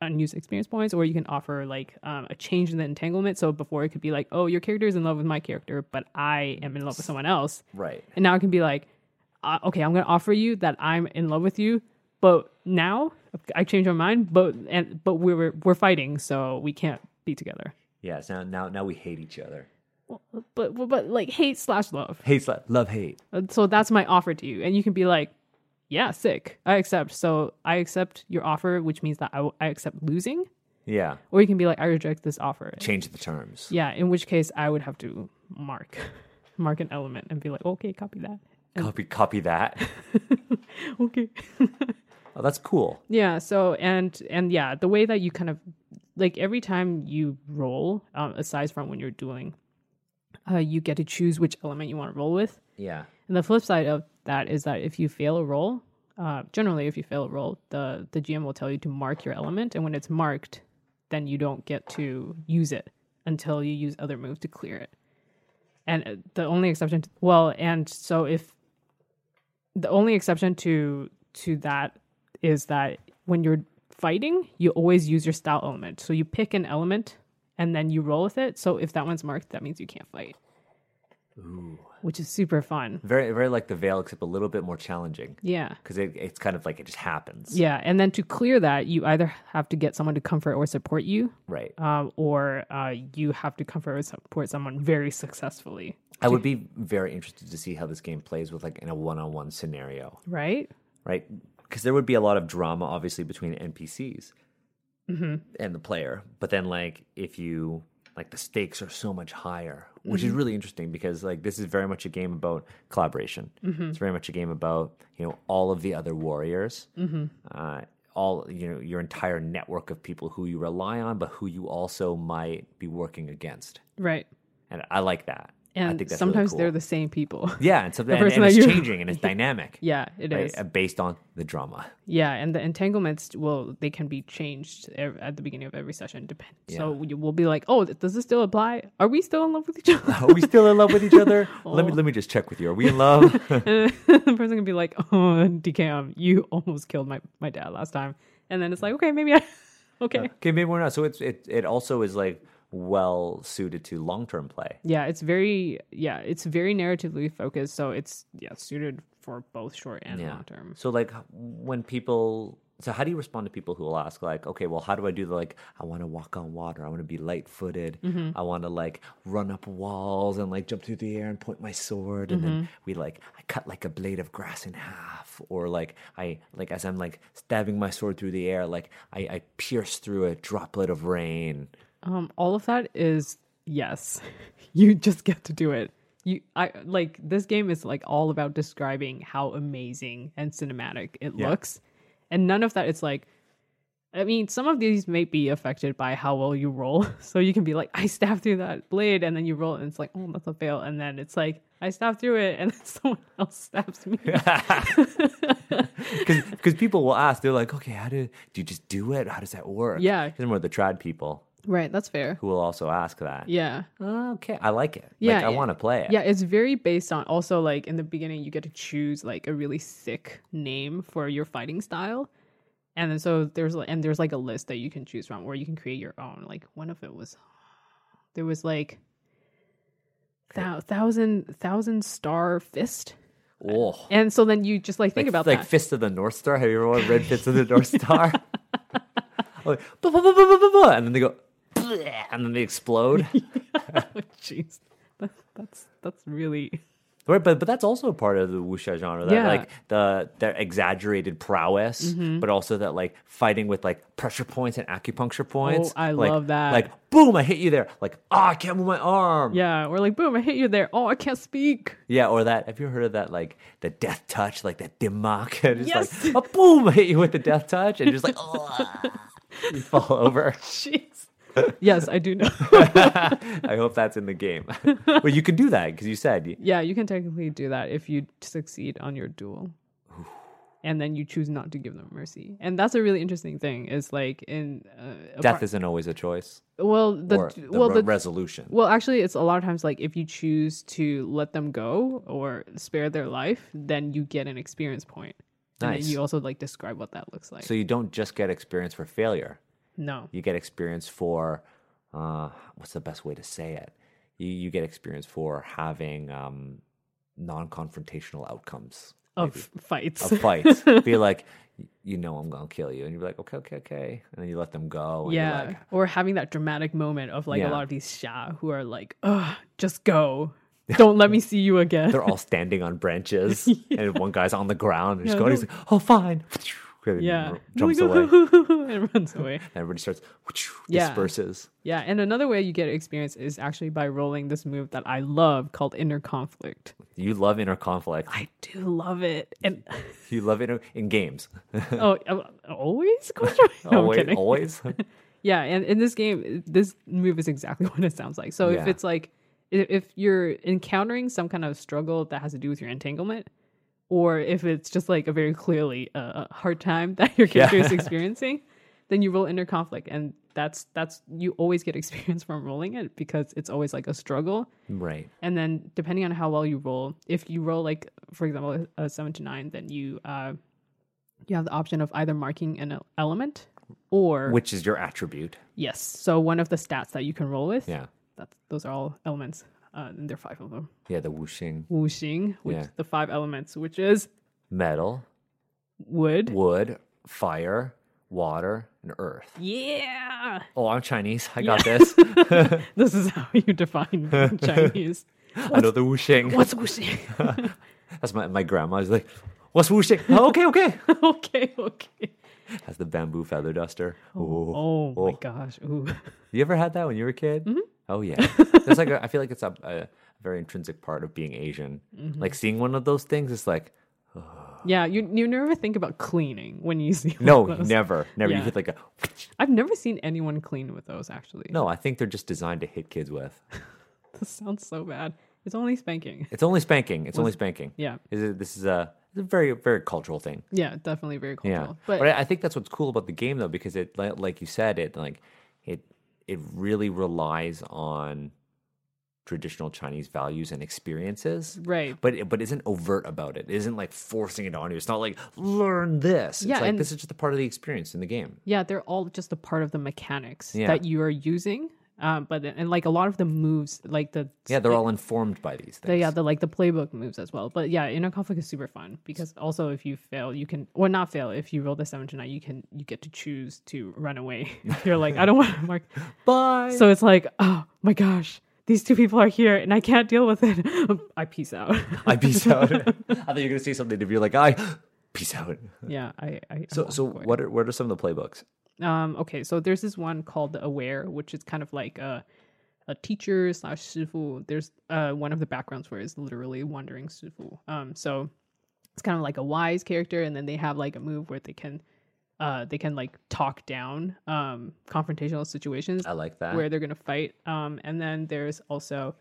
[SPEAKER 2] unused experience points, or you can offer like um, a change in the entanglement. So before it could be like, oh, your character is in love with my character, but I am in love with someone else,
[SPEAKER 1] right.
[SPEAKER 2] and now it can be like, uh, okay, I'm gonna offer you that I'm in love with you, but now I changed my mind, but and but we we're we're fighting, so we can't be together.
[SPEAKER 1] Yeah. So now, now we hate each other.
[SPEAKER 2] But but like hate slash love.
[SPEAKER 1] Hate, sla- love, hate.
[SPEAKER 2] Uh, So that's my offer to you. And you can be like, yeah, sick. I accept. So I accept your offer, which means that I, w- I accept losing.
[SPEAKER 1] Yeah.
[SPEAKER 2] Or you can be like, I reject this offer.
[SPEAKER 1] Change the terms.
[SPEAKER 2] Yeah, in which case I would have to mark, mark an element and be like, okay, copy that.
[SPEAKER 1] Copy, copy that.
[SPEAKER 2] Okay.
[SPEAKER 1] Oh, that's cool.
[SPEAKER 2] Yeah. So and and yeah, the way that you kind of like every time you roll, um, aside from when you're dueling, uh, you get to choose which element you want to roll with.
[SPEAKER 1] Yeah.
[SPEAKER 2] And the flip side of that is that if you fail a roll, uh, generally if you fail a roll, the the GM will tell you to mark your element, and when it's marked, then you don't get to use it until you use other moves to clear it. And uh, the only exception, to, well, and so if the only exception to to that is that when you're fighting, you always use your style element. So you pick an element and then you roll with it. So if that one's marked, that means you can't fight. Which is super fun.
[SPEAKER 1] Very, very like the veil, except a little bit more challenging
[SPEAKER 2] Yeah.
[SPEAKER 1] because it, it's kind of like it just happens.
[SPEAKER 2] Yeah. And then to clear that, you either have to get someone to comfort or support you,
[SPEAKER 1] Right.
[SPEAKER 2] um, or uh, you have to comfort or support someone very successfully.
[SPEAKER 1] I would be very interested to see how this game plays with like in a one-on-one scenario,
[SPEAKER 2] Right?
[SPEAKER 1] right? Because there would be a lot of drama, obviously, between NPCs
[SPEAKER 2] Mm-hmm.
[SPEAKER 1] and the player. But then, like, if you like, the stakes are so much higher, which
[SPEAKER 2] Mm-hmm.
[SPEAKER 1] is really interesting because like this is very much a game about collaboration.
[SPEAKER 2] Mm-hmm.
[SPEAKER 1] It's very much a game about you know all of the other warriors.
[SPEAKER 2] Mm-hmm.
[SPEAKER 1] Uh, all you know, your entire network of people who you rely on, but who you also might be working against,
[SPEAKER 2] Right.
[SPEAKER 1] and I like that. I
[SPEAKER 2] And
[SPEAKER 1] think that's really
[SPEAKER 2] sometimes
[SPEAKER 1] cool.
[SPEAKER 2] they're the same people.
[SPEAKER 1] Yeah, and so and, and
[SPEAKER 2] person
[SPEAKER 1] it's
[SPEAKER 2] that you-
[SPEAKER 1] changing and it's dynamic.
[SPEAKER 2] yeah, it is.
[SPEAKER 1] right, uh, based on the drama.
[SPEAKER 2] Yeah, and the entanglements will they can be changed ev- at the beginning of every session. Depend. So we- we'll be like, oh, th- does this still apply? Are we still in love with each other?
[SPEAKER 1] Are we still in love with each other? Let me let me just check with you. Are we in love?
[SPEAKER 2] and the person can be like, oh, DKM, you almost killed my my dad last time. And then it's like, okay, maybe I. Okay.
[SPEAKER 1] okay, maybe we're not. So it's it it also is like well suited to long term play.
[SPEAKER 2] yeah, it's very yeah, it's very narratively focused. So it's yeah suited for both short and
[SPEAKER 1] Yeah.
[SPEAKER 2] long term.
[SPEAKER 1] So like when people. So how do you respond to people who will ask like, okay, well, how do I do the like? I want to walk on water. I want to be light footed. I want to like run up walls and like jump through the air and point my sword. And then we like I cut like a blade of grass in half, or like I like as I'm like stabbing my sword through the air, like I, I pierce through a droplet of rain.
[SPEAKER 2] Um, all of that is yes. You just get to do it. You I like this game is like all about describing how amazing and cinematic it looks. And none of that it's like I mean, some of these may be affected by how well you roll. So you can be like, I stabbed through that blade, and then you roll, and it's like, oh, that's a fail. And then it's like, I stabbed through it, and then someone else stabs me.
[SPEAKER 1] because people will ask, they're like, okay, how do do you just do it? How does that work?
[SPEAKER 2] Yeah.
[SPEAKER 1] and we're the trad people
[SPEAKER 2] Right, that's fair.
[SPEAKER 1] who will also ask that.
[SPEAKER 2] Yeah.
[SPEAKER 1] Okay, I like it.
[SPEAKER 2] Yeah,
[SPEAKER 1] like, I
[SPEAKER 2] yeah.
[SPEAKER 1] want to play it.
[SPEAKER 2] Yeah, it's very based on also like in the beginning you get to choose like a really sick name for your fighting style. And then so there's and there's like a list that you can choose from where you can create your own. Like one of it was there was like thou- thousand thousand star fist.
[SPEAKER 1] Oh,
[SPEAKER 2] And so then you just like think
[SPEAKER 1] like,
[SPEAKER 2] about
[SPEAKER 1] like
[SPEAKER 2] that.
[SPEAKER 1] Fist of the North Star. Have you ever read Fist of the North Star? like, "Buh, buh, buh, buh, buh, buh, buh," and then they go, "Bleh," and then they explode.
[SPEAKER 2] Jeez. That, that's that's really
[SPEAKER 1] Right, but but that's also a part of the wuxia genre. That
[SPEAKER 2] Yeah. Mm-hmm.
[SPEAKER 1] like the their exaggerated prowess, but also that like fighting with like pressure points and acupuncture points.
[SPEAKER 2] Oh, I
[SPEAKER 1] Like-
[SPEAKER 2] love that.
[SPEAKER 1] Like boom, I hit you there. Like ah, I can't move my arm. Yeah.
[SPEAKER 2] yeah, or like boom, I hit you there. Oh, I can't speak.
[SPEAKER 1] or that. Have you heard of that? Like the death touch, like that dimmak. and just
[SPEAKER 2] Yes.
[SPEAKER 1] like ah, boom, I hit you with the death touch, and just like "Ugh," you fall over.
[SPEAKER 2] Jeez. yes, I do know.
[SPEAKER 1] I hope that's in the game. but you can do that because you said you-
[SPEAKER 2] Yeah, you can technically do that if you succeed on your duel. And then you choose not to give them mercy. And that's a really interesting thing is like in uh, a
[SPEAKER 1] death
[SPEAKER 2] part-
[SPEAKER 1] isn't always a choice
[SPEAKER 2] well the,
[SPEAKER 1] or the
[SPEAKER 2] well
[SPEAKER 1] re-
[SPEAKER 2] the
[SPEAKER 1] resolution.
[SPEAKER 2] well actually it's a lot of times like if you choose to let them go or spare their life, then you get an experience point. And then
[SPEAKER 1] Nice.
[SPEAKER 2] you also like describe what that looks like.
[SPEAKER 1] So you don't just get experience for failure.
[SPEAKER 2] no.
[SPEAKER 1] You get experience for uh, what's the best way to say it? You you get experience for having um, non-confrontational outcomes
[SPEAKER 2] Of fights.
[SPEAKER 1] of fights. be like, you know, I'm gonna kill you, and you're like, okay, okay, okay, and then you let them go. And
[SPEAKER 2] yeah.
[SPEAKER 1] You're like,
[SPEAKER 2] or having that dramatic moment of like a
[SPEAKER 1] Yeah.
[SPEAKER 2] lot of these Sha who are like, Ugh, just go. Don't let me see you again.
[SPEAKER 1] they're all standing on branches, and one guy's on the ground, and he's going, he's like, oh, fine. And
[SPEAKER 2] Yeah. Oh
[SPEAKER 1] jumps
[SPEAKER 2] Like,
[SPEAKER 1] away. And
[SPEAKER 2] and runs away.
[SPEAKER 1] everybody starts
[SPEAKER 2] Yeah.
[SPEAKER 1] disperses.
[SPEAKER 2] Yeah. And another way you get experience is actually by rolling this move that I love called inner conflict.
[SPEAKER 1] You love inner conflict.
[SPEAKER 2] I do love it. And
[SPEAKER 1] You love inner in games.
[SPEAKER 2] oh, uh, always? Question mark? No, I'm
[SPEAKER 1] always,
[SPEAKER 2] kidding.
[SPEAKER 1] always.
[SPEAKER 2] Yeah. And in this game, this move is exactly what it sounds like. So if
[SPEAKER 1] Yeah.
[SPEAKER 2] it's like, i- if you're encountering some kind of struggle that has to do with your entanglement, or if it's just like a very clearly uh, a hard time that your character is experiencing, then you roll inner conflict, and that's that's you always get experience from rolling it because it's always like a struggle.
[SPEAKER 1] right.
[SPEAKER 2] And then depending on how well you roll, if you roll like for example a seven to nine, then you uh, you have the option of either marking an el- element or
[SPEAKER 1] which is your attribute.
[SPEAKER 2] yes, so one of the stats that you can roll with.
[SPEAKER 1] Yeah.
[SPEAKER 2] that's those are all elements, uh, and there are five of them.
[SPEAKER 1] Yeah, the whooshing.
[SPEAKER 2] Wuxing, which
[SPEAKER 1] Yeah.
[SPEAKER 2] the five elements, which is
[SPEAKER 1] Metal,
[SPEAKER 2] wood.
[SPEAKER 1] wood, fire, water, and earth.
[SPEAKER 2] Yeah,
[SPEAKER 1] Oh, I'm Chinese. I got this.
[SPEAKER 2] this is how you define Chinese.
[SPEAKER 1] I know the whooshing.
[SPEAKER 2] What's wuxing?
[SPEAKER 1] That's my, my grandma's like, what's whooshing? oh, okay, okay.
[SPEAKER 2] okay, okay.
[SPEAKER 1] Has the bamboo feather duster. Ooh.
[SPEAKER 2] Oh, my gosh. Ooh.
[SPEAKER 1] You ever had that when you were a kid?
[SPEAKER 2] Mm-hmm.
[SPEAKER 1] Oh yeah, it's like a, I feel like it's a, a very intrinsic part of being Asian.
[SPEAKER 2] Mm-hmm.
[SPEAKER 1] Like seeing one of those things, it's like
[SPEAKER 2] Yeah, you you never think about cleaning when you see
[SPEAKER 1] no,
[SPEAKER 2] one of those.
[SPEAKER 1] never, never. You
[SPEAKER 2] Yeah.
[SPEAKER 1] hit like a
[SPEAKER 2] I've never seen anyone clean with those actually.
[SPEAKER 1] no. I think they're just designed to hit kids with.
[SPEAKER 2] This sounds so bad. It's only spanking.
[SPEAKER 1] It's only spanking. It's only spanking.
[SPEAKER 2] Yeah.
[SPEAKER 1] Is it, this is a, it's a very very cultural thing.
[SPEAKER 2] Yeah, definitely very
[SPEAKER 1] Yeah,
[SPEAKER 2] cultural.
[SPEAKER 1] but,
[SPEAKER 2] But,
[SPEAKER 1] I I think that's what's cool about the game though, because it li- like you said, it like it it really relies on traditional Chinese values and experiences.
[SPEAKER 2] right.
[SPEAKER 1] but it, but isn't overt about it. It isn't like forcing it on you. It's not like learn this.
[SPEAKER 2] Yeah,
[SPEAKER 1] it's like
[SPEAKER 2] and-
[SPEAKER 1] this is just a part of the experience in the game.
[SPEAKER 2] Yeah, they're all just a part of the mechanics
[SPEAKER 1] Yeah.
[SPEAKER 2] that you are using. Um, but and like a lot of the moves, like the
[SPEAKER 1] Yeah, they're all informed by these things.
[SPEAKER 2] the, yeah, the like the playbook moves as well. But yeah, inner conflict is super fun because also if you fail, you can or not fail if you roll the seven to nine, you can you get to choose to run away. You're like, I don't want to mark.
[SPEAKER 1] Bye.
[SPEAKER 2] So it's like, oh my gosh, these two people are here and I can't deal with it. I peace out.
[SPEAKER 1] I peace out. I thought you were gonna say something to be like I peace out.
[SPEAKER 2] yeah, I. I I
[SPEAKER 1] So
[SPEAKER 2] walk
[SPEAKER 1] so
[SPEAKER 2] away.
[SPEAKER 1] what are what are some of the playbooks?
[SPEAKER 2] Um, okay, so there's this one called the Aware, which is kind of like a a teacher slash shifu. There's uh one of the backgrounds where it's literally wandering shifu. Um, so it's kind of like a wise character, and then they have like a move where they can, uh, they can like talk down um confrontational situations
[SPEAKER 1] I like that.
[SPEAKER 2] where they're gonna fight. Um, and then there's also,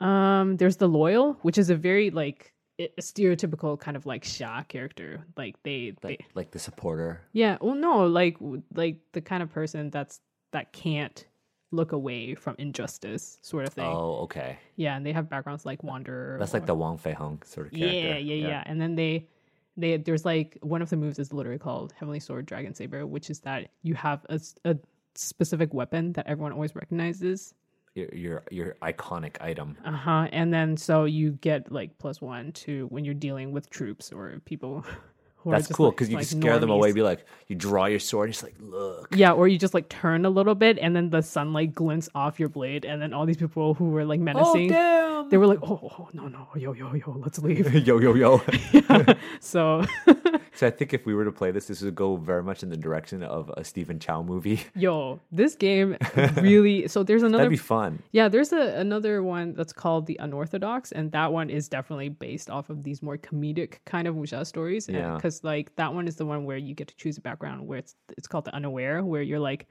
[SPEAKER 2] um, there's the loyal, which is a very like i- stereotypical kind of like Xia character. Like they, they
[SPEAKER 1] like, like the supporter.
[SPEAKER 2] yeah. Well, no, like w- like the kind of person that's that can't look away from injustice, sort of thing.
[SPEAKER 1] Oh, okay.
[SPEAKER 2] Yeah, and they have backgrounds like wanderer.
[SPEAKER 1] That's
[SPEAKER 2] or-
[SPEAKER 1] like the Wong Fei Hung sort of character.
[SPEAKER 2] yeah, yeah, yeah, And then they they there's like one of the moves is literally called Heavenly Sword Dragon Saber, which is that you have a, s- a specific weapon that everyone always recognizes.
[SPEAKER 1] Your, your your iconic item.
[SPEAKER 2] Uh huh. And then so you get like plus one to when you're dealing with troops or people. who are
[SPEAKER 1] That's
[SPEAKER 2] just,
[SPEAKER 1] cool
[SPEAKER 2] like-
[SPEAKER 1] because you
[SPEAKER 2] like
[SPEAKER 1] can scare them away.
[SPEAKER 2] normies.
[SPEAKER 1] Be like, you draw your sword. And it's like, look.
[SPEAKER 2] Yeah, or you just like turn a little bit and then the sunlight glints off your blade, and then all these people who were like menacing,
[SPEAKER 1] Oh
[SPEAKER 2] they were like, oh, oh, oh, no, no, yo, yo, yo, let's leave.
[SPEAKER 1] damn! yo yo yo.
[SPEAKER 2] so,
[SPEAKER 1] So I think if we were to play this, this would go very much in the direction of a Stephen Chow movie.
[SPEAKER 2] yo, this game really. So there's another.
[SPEAKER 1] That'd be fun.
[SPEAKER 2] yeah, there's a, another one that's called The Unorthodox, and that one is definitely based off of these more comedic kind of wuxia stories.
[SPEAKER 1] Yeah.
[SPEAKER 2] Because, like, that one is the one where you get to choose a background where it's, it's called The Unaware, where you're like,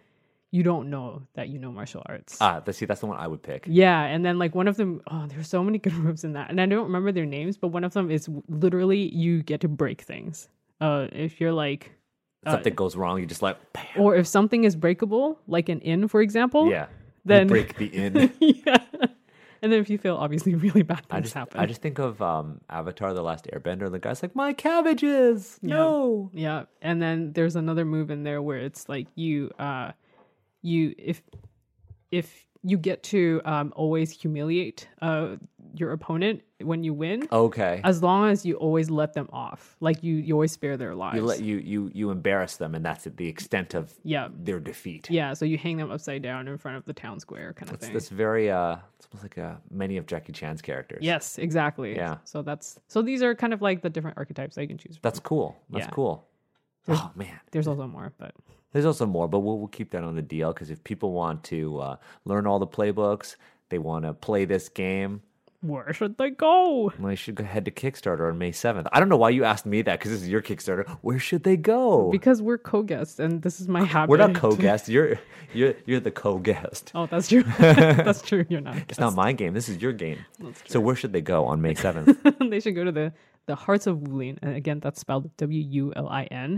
[SPEAKER 2] you don't know that you know martial arts.
[SPEAKER 1] Ah, let's see. That's the one I would pick.
[SPEAKER 2] Yeah, and then like one of them, oh, there's so many good moves in that, and I don't remember their names, but one of them is w- literally you get to break things. Uh, if you're like,
[SPEAKER 1] Something goes wrong, you just like, bam.
[SPEAKER 2] or if something is breakable, like an inn, for example.
[SPEAKER 1] yeah.
[SPEAKER 2] Oh, Then-
[SPEAKER 1] you break the end.
[SPEAKER 2] yeah. And then if you feel obviously really bad things
[SPEAKER 1] I just,
[SPEAKER 2] happen.
[SPEAKER 1] I just think of um, Avatar: The Last Airbender, and the guy's like, "My cabbages, no."
[SPEAKER 2] Yeah, and then there's another move in there where it's like you, uh, you if if you get to um always humiliate uh your opponent when you win.
[SPEAKER 1] Okay.
[SPEAKER 2] as long as you always let them off like you you always spare their lives
[SPEAKER 1] you let you you you embarrass them, and that's the extent of
[SPEAKER 2] yeah
[SPEAKER 1] their defeat.
[SPEAKER 2] yeah so you hang them upside down in front of the town square kind of
[SPEAKER 1] It's
[SPEAKER 2] thing
[SPEAKER 1] this very uh, it's almost like uh, many of Jackie Chan's characters.
[SPEAKER 2] yes exactly
[SPEAKER 1] Yeah.
[SPEAKER 2] so that's so these are kind of like the different archetypes that you can choose from.
[SPEAKER 1] That's cool. That's
[SPEAKER 2] Yeah.
[SPEAKER 1] cool. Oh man.
[SPEAKER 2] there's also more but
[SPEAKER 1] There's also more, but we'll, we'll keep that on the DL because if people want to uh, learn all the playbooks, they want to play this game,
[SPEAKER 2] where should they go
[SPEAKER 1] well, they should go head to Kickstarter on May 7th. I don't know why you asked me that because this is your Kickstarter. Where should they go?
[SPEAKER 2] because we're co-guests and this is my habit
[SPEAKER 1] We're not co-guest. You're you're you're the co-guest.
[SPEAKER 2] oh that's true that's true you're not a
[SPEAKER 1] It's not my game. This is your game.
[SPEAKER 2] That's
[SPEAKER 1] So where should they go on May 7th?
[SPEAKER 2] guest. they should go to the the hearts of wulin and again that's spelled w-u-l-i-n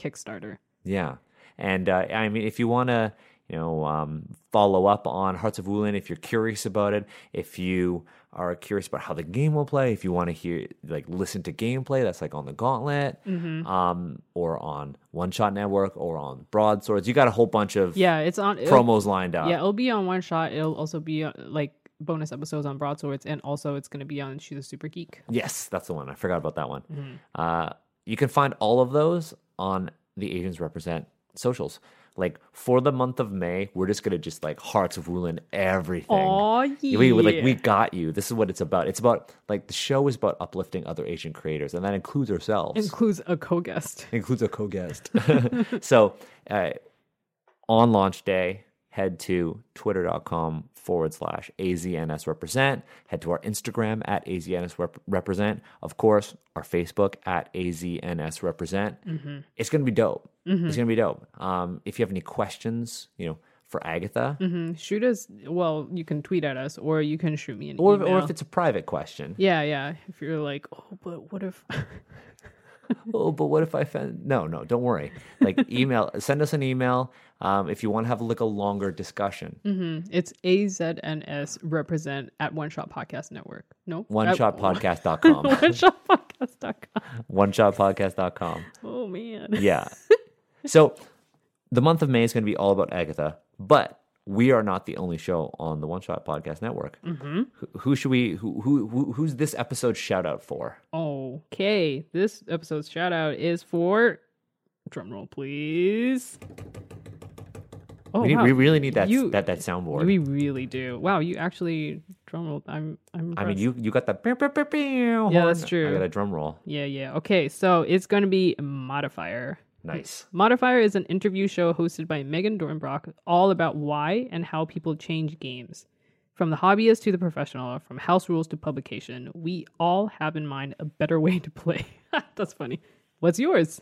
[SPEAKER 2] kickstarter
[SPEAKER 1] Yeah, and uh, I mean, if you want to, you know, um, follow up on Hearts of Wulin if you're curious about it. If you are curious about how the game will play, if you want to hear, like, listen to gameplay, that's like on the Gauntlet,
[SPEAKER 2] Mm-hmm.
[SPEAKER 1] um, or on One Shot Network, or on Broadswords. You got a whole bunch of
[SPEAKER 2] Yeah, it's on it'll-
[SPEAKER 1] promos lined up.
[SPEAKER 2] Yeah, it'll be on one shot. It'll also be uh, like bonus episodes on Broadswords, and also it's going to be on She's a Super Geek.
[SPEAKER 1] Yes, that's the one. I forgot about that one.
[SPEAKER 2] Mm-hmm.
[SPEAKER 1] Uh, you can find all of those on the Asians Represent socials. Like for the month of May, we're just gonna just like hearts of Wulin everything.
[SPEAKER 2] Aw,
[SPEAKER 1] We we- like we
[SPEAKER 2] yeah.
[SPEAKER 1] got you. This is what it's about. It's about like the show is about uplifting other Asian creators, and that includes ourselves.
[SPEAKER 2] Includes a co-guest.
[SPEAKER 1] includes a co-guest. so uh, on launch day, head to twitter.com forward slash AZNS represent. Head to our Instagram at AZNS rep- represent. Of course, our Facebook at AZNS represent. It's going to be dope. It's going to be dope. Um, if you have any questions, you know, for Agatha,
[SPEAKER 2] Mhm. Shoot us. Well, you can tweet at us, or you can shoot me an
[SPEAKER 1] or,
[SPEAKER 2] email.
[SPEAKER 1] or if it's a private question,
[SPEAKER 2] yeah, yeah. If you're like, oh, but what if?
[SPEAKER 1] oh, but what if I offend? No, no, don't worry. Like email, send us an email um, if you want to have like a longer discussion.
[SPEAKER 2] Mm, it's AZNS represent at One Shot Podcast Network. No,
[SPEAKER 1] one
[SPEAKER 2] at
[SPEAKER 1] shot oneshotpodcast.com.
[SPEAKER 2] OneShotPodcast.com.
[SPEAKER 1] oneshotpodcast.com.
[SPEAKER 2] Oh man.
[SPEAKER 1] Yeah. So the month of May is going to be all about Agatha, but we are not the only show on the One Shot Podcast Network. Mm-hmm. Who, who should we? Who, who who- who's this episode shout out for?
[SPEAKER 2] Okay, this episode's shout out is for drumroll, please. Oh,
[SPEAKER 1] we, need,
[SPEAKER 2] wow.
[SPEAKER 1] we really need that
[SPEAKER 2] You-
[SPEAKER 1] that that soundboard.
[SPEAKER 2] we really do. Wow, you actually drumroll. I'm, I'm.
[SPEAKER 1] I mean,
[SPEAKER 2] impressed.
[SPEAKER 1] you you got the pew, pew, pew, pew
[SPEAKER 2] Yeah, that's
[SPEAKER 1] horn.
[SPEAKER 2] true.
[SPEAKER 1] I got a drum roll.
[SPEAKER 2] Yeah, yeah. Okay, so it's going to be modifier.
[SPEAKER 1] Nice.
[SPEAKER 2] Modifier is an interview show hosted by Megan Dornbrock, all about why and how people change games. From the hobbyist to the professional, from house rules to publication, we all have in mind a better way to play. That's funny. What's yours?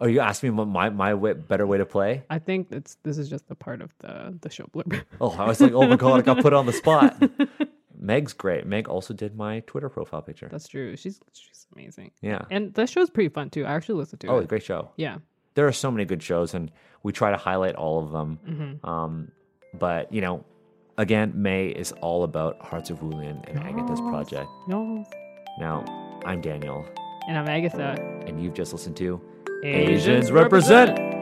[SPEAKER 1] Oh, you asked me what my my way, better way to play.
[SPEAKER 2] I think that's this is just a part of the the show blurb.
[SPEAKER 1] Oh, I was like, oh my god, I got put on the spot. Meg's great. Meg also did my Twitter profile picture.
[SPEAKER 2] That's true. She's she's amazing.
[SPEAKER 1] Yeah.
[SPEAKER 2] And that show's pretty fun too. I actually listened to
[SPEAKER 1] Oh,
[SPEAKER 2] it.
[SPEAKER 1] great show.
[SPEAKER 2] Yeah.
[SPEAKER 1] there are so many good shows and we try to highlight all of them
[SPEAKER 2] Mm-hmm.
[SPEAKER 1] um, but you know again may is all about hearts of Wulian and agatha's
[SPEAKER 2] Yes.
[SPEAKER 1] project
[SPEAKER 2] No.
[SPEAKER 1] now i'm daniel
[SPEAKER 2] And I'm Agatha.
[SPEAKER 1] and you've just listened to
[SPEAKER 2] Asians uh, represent.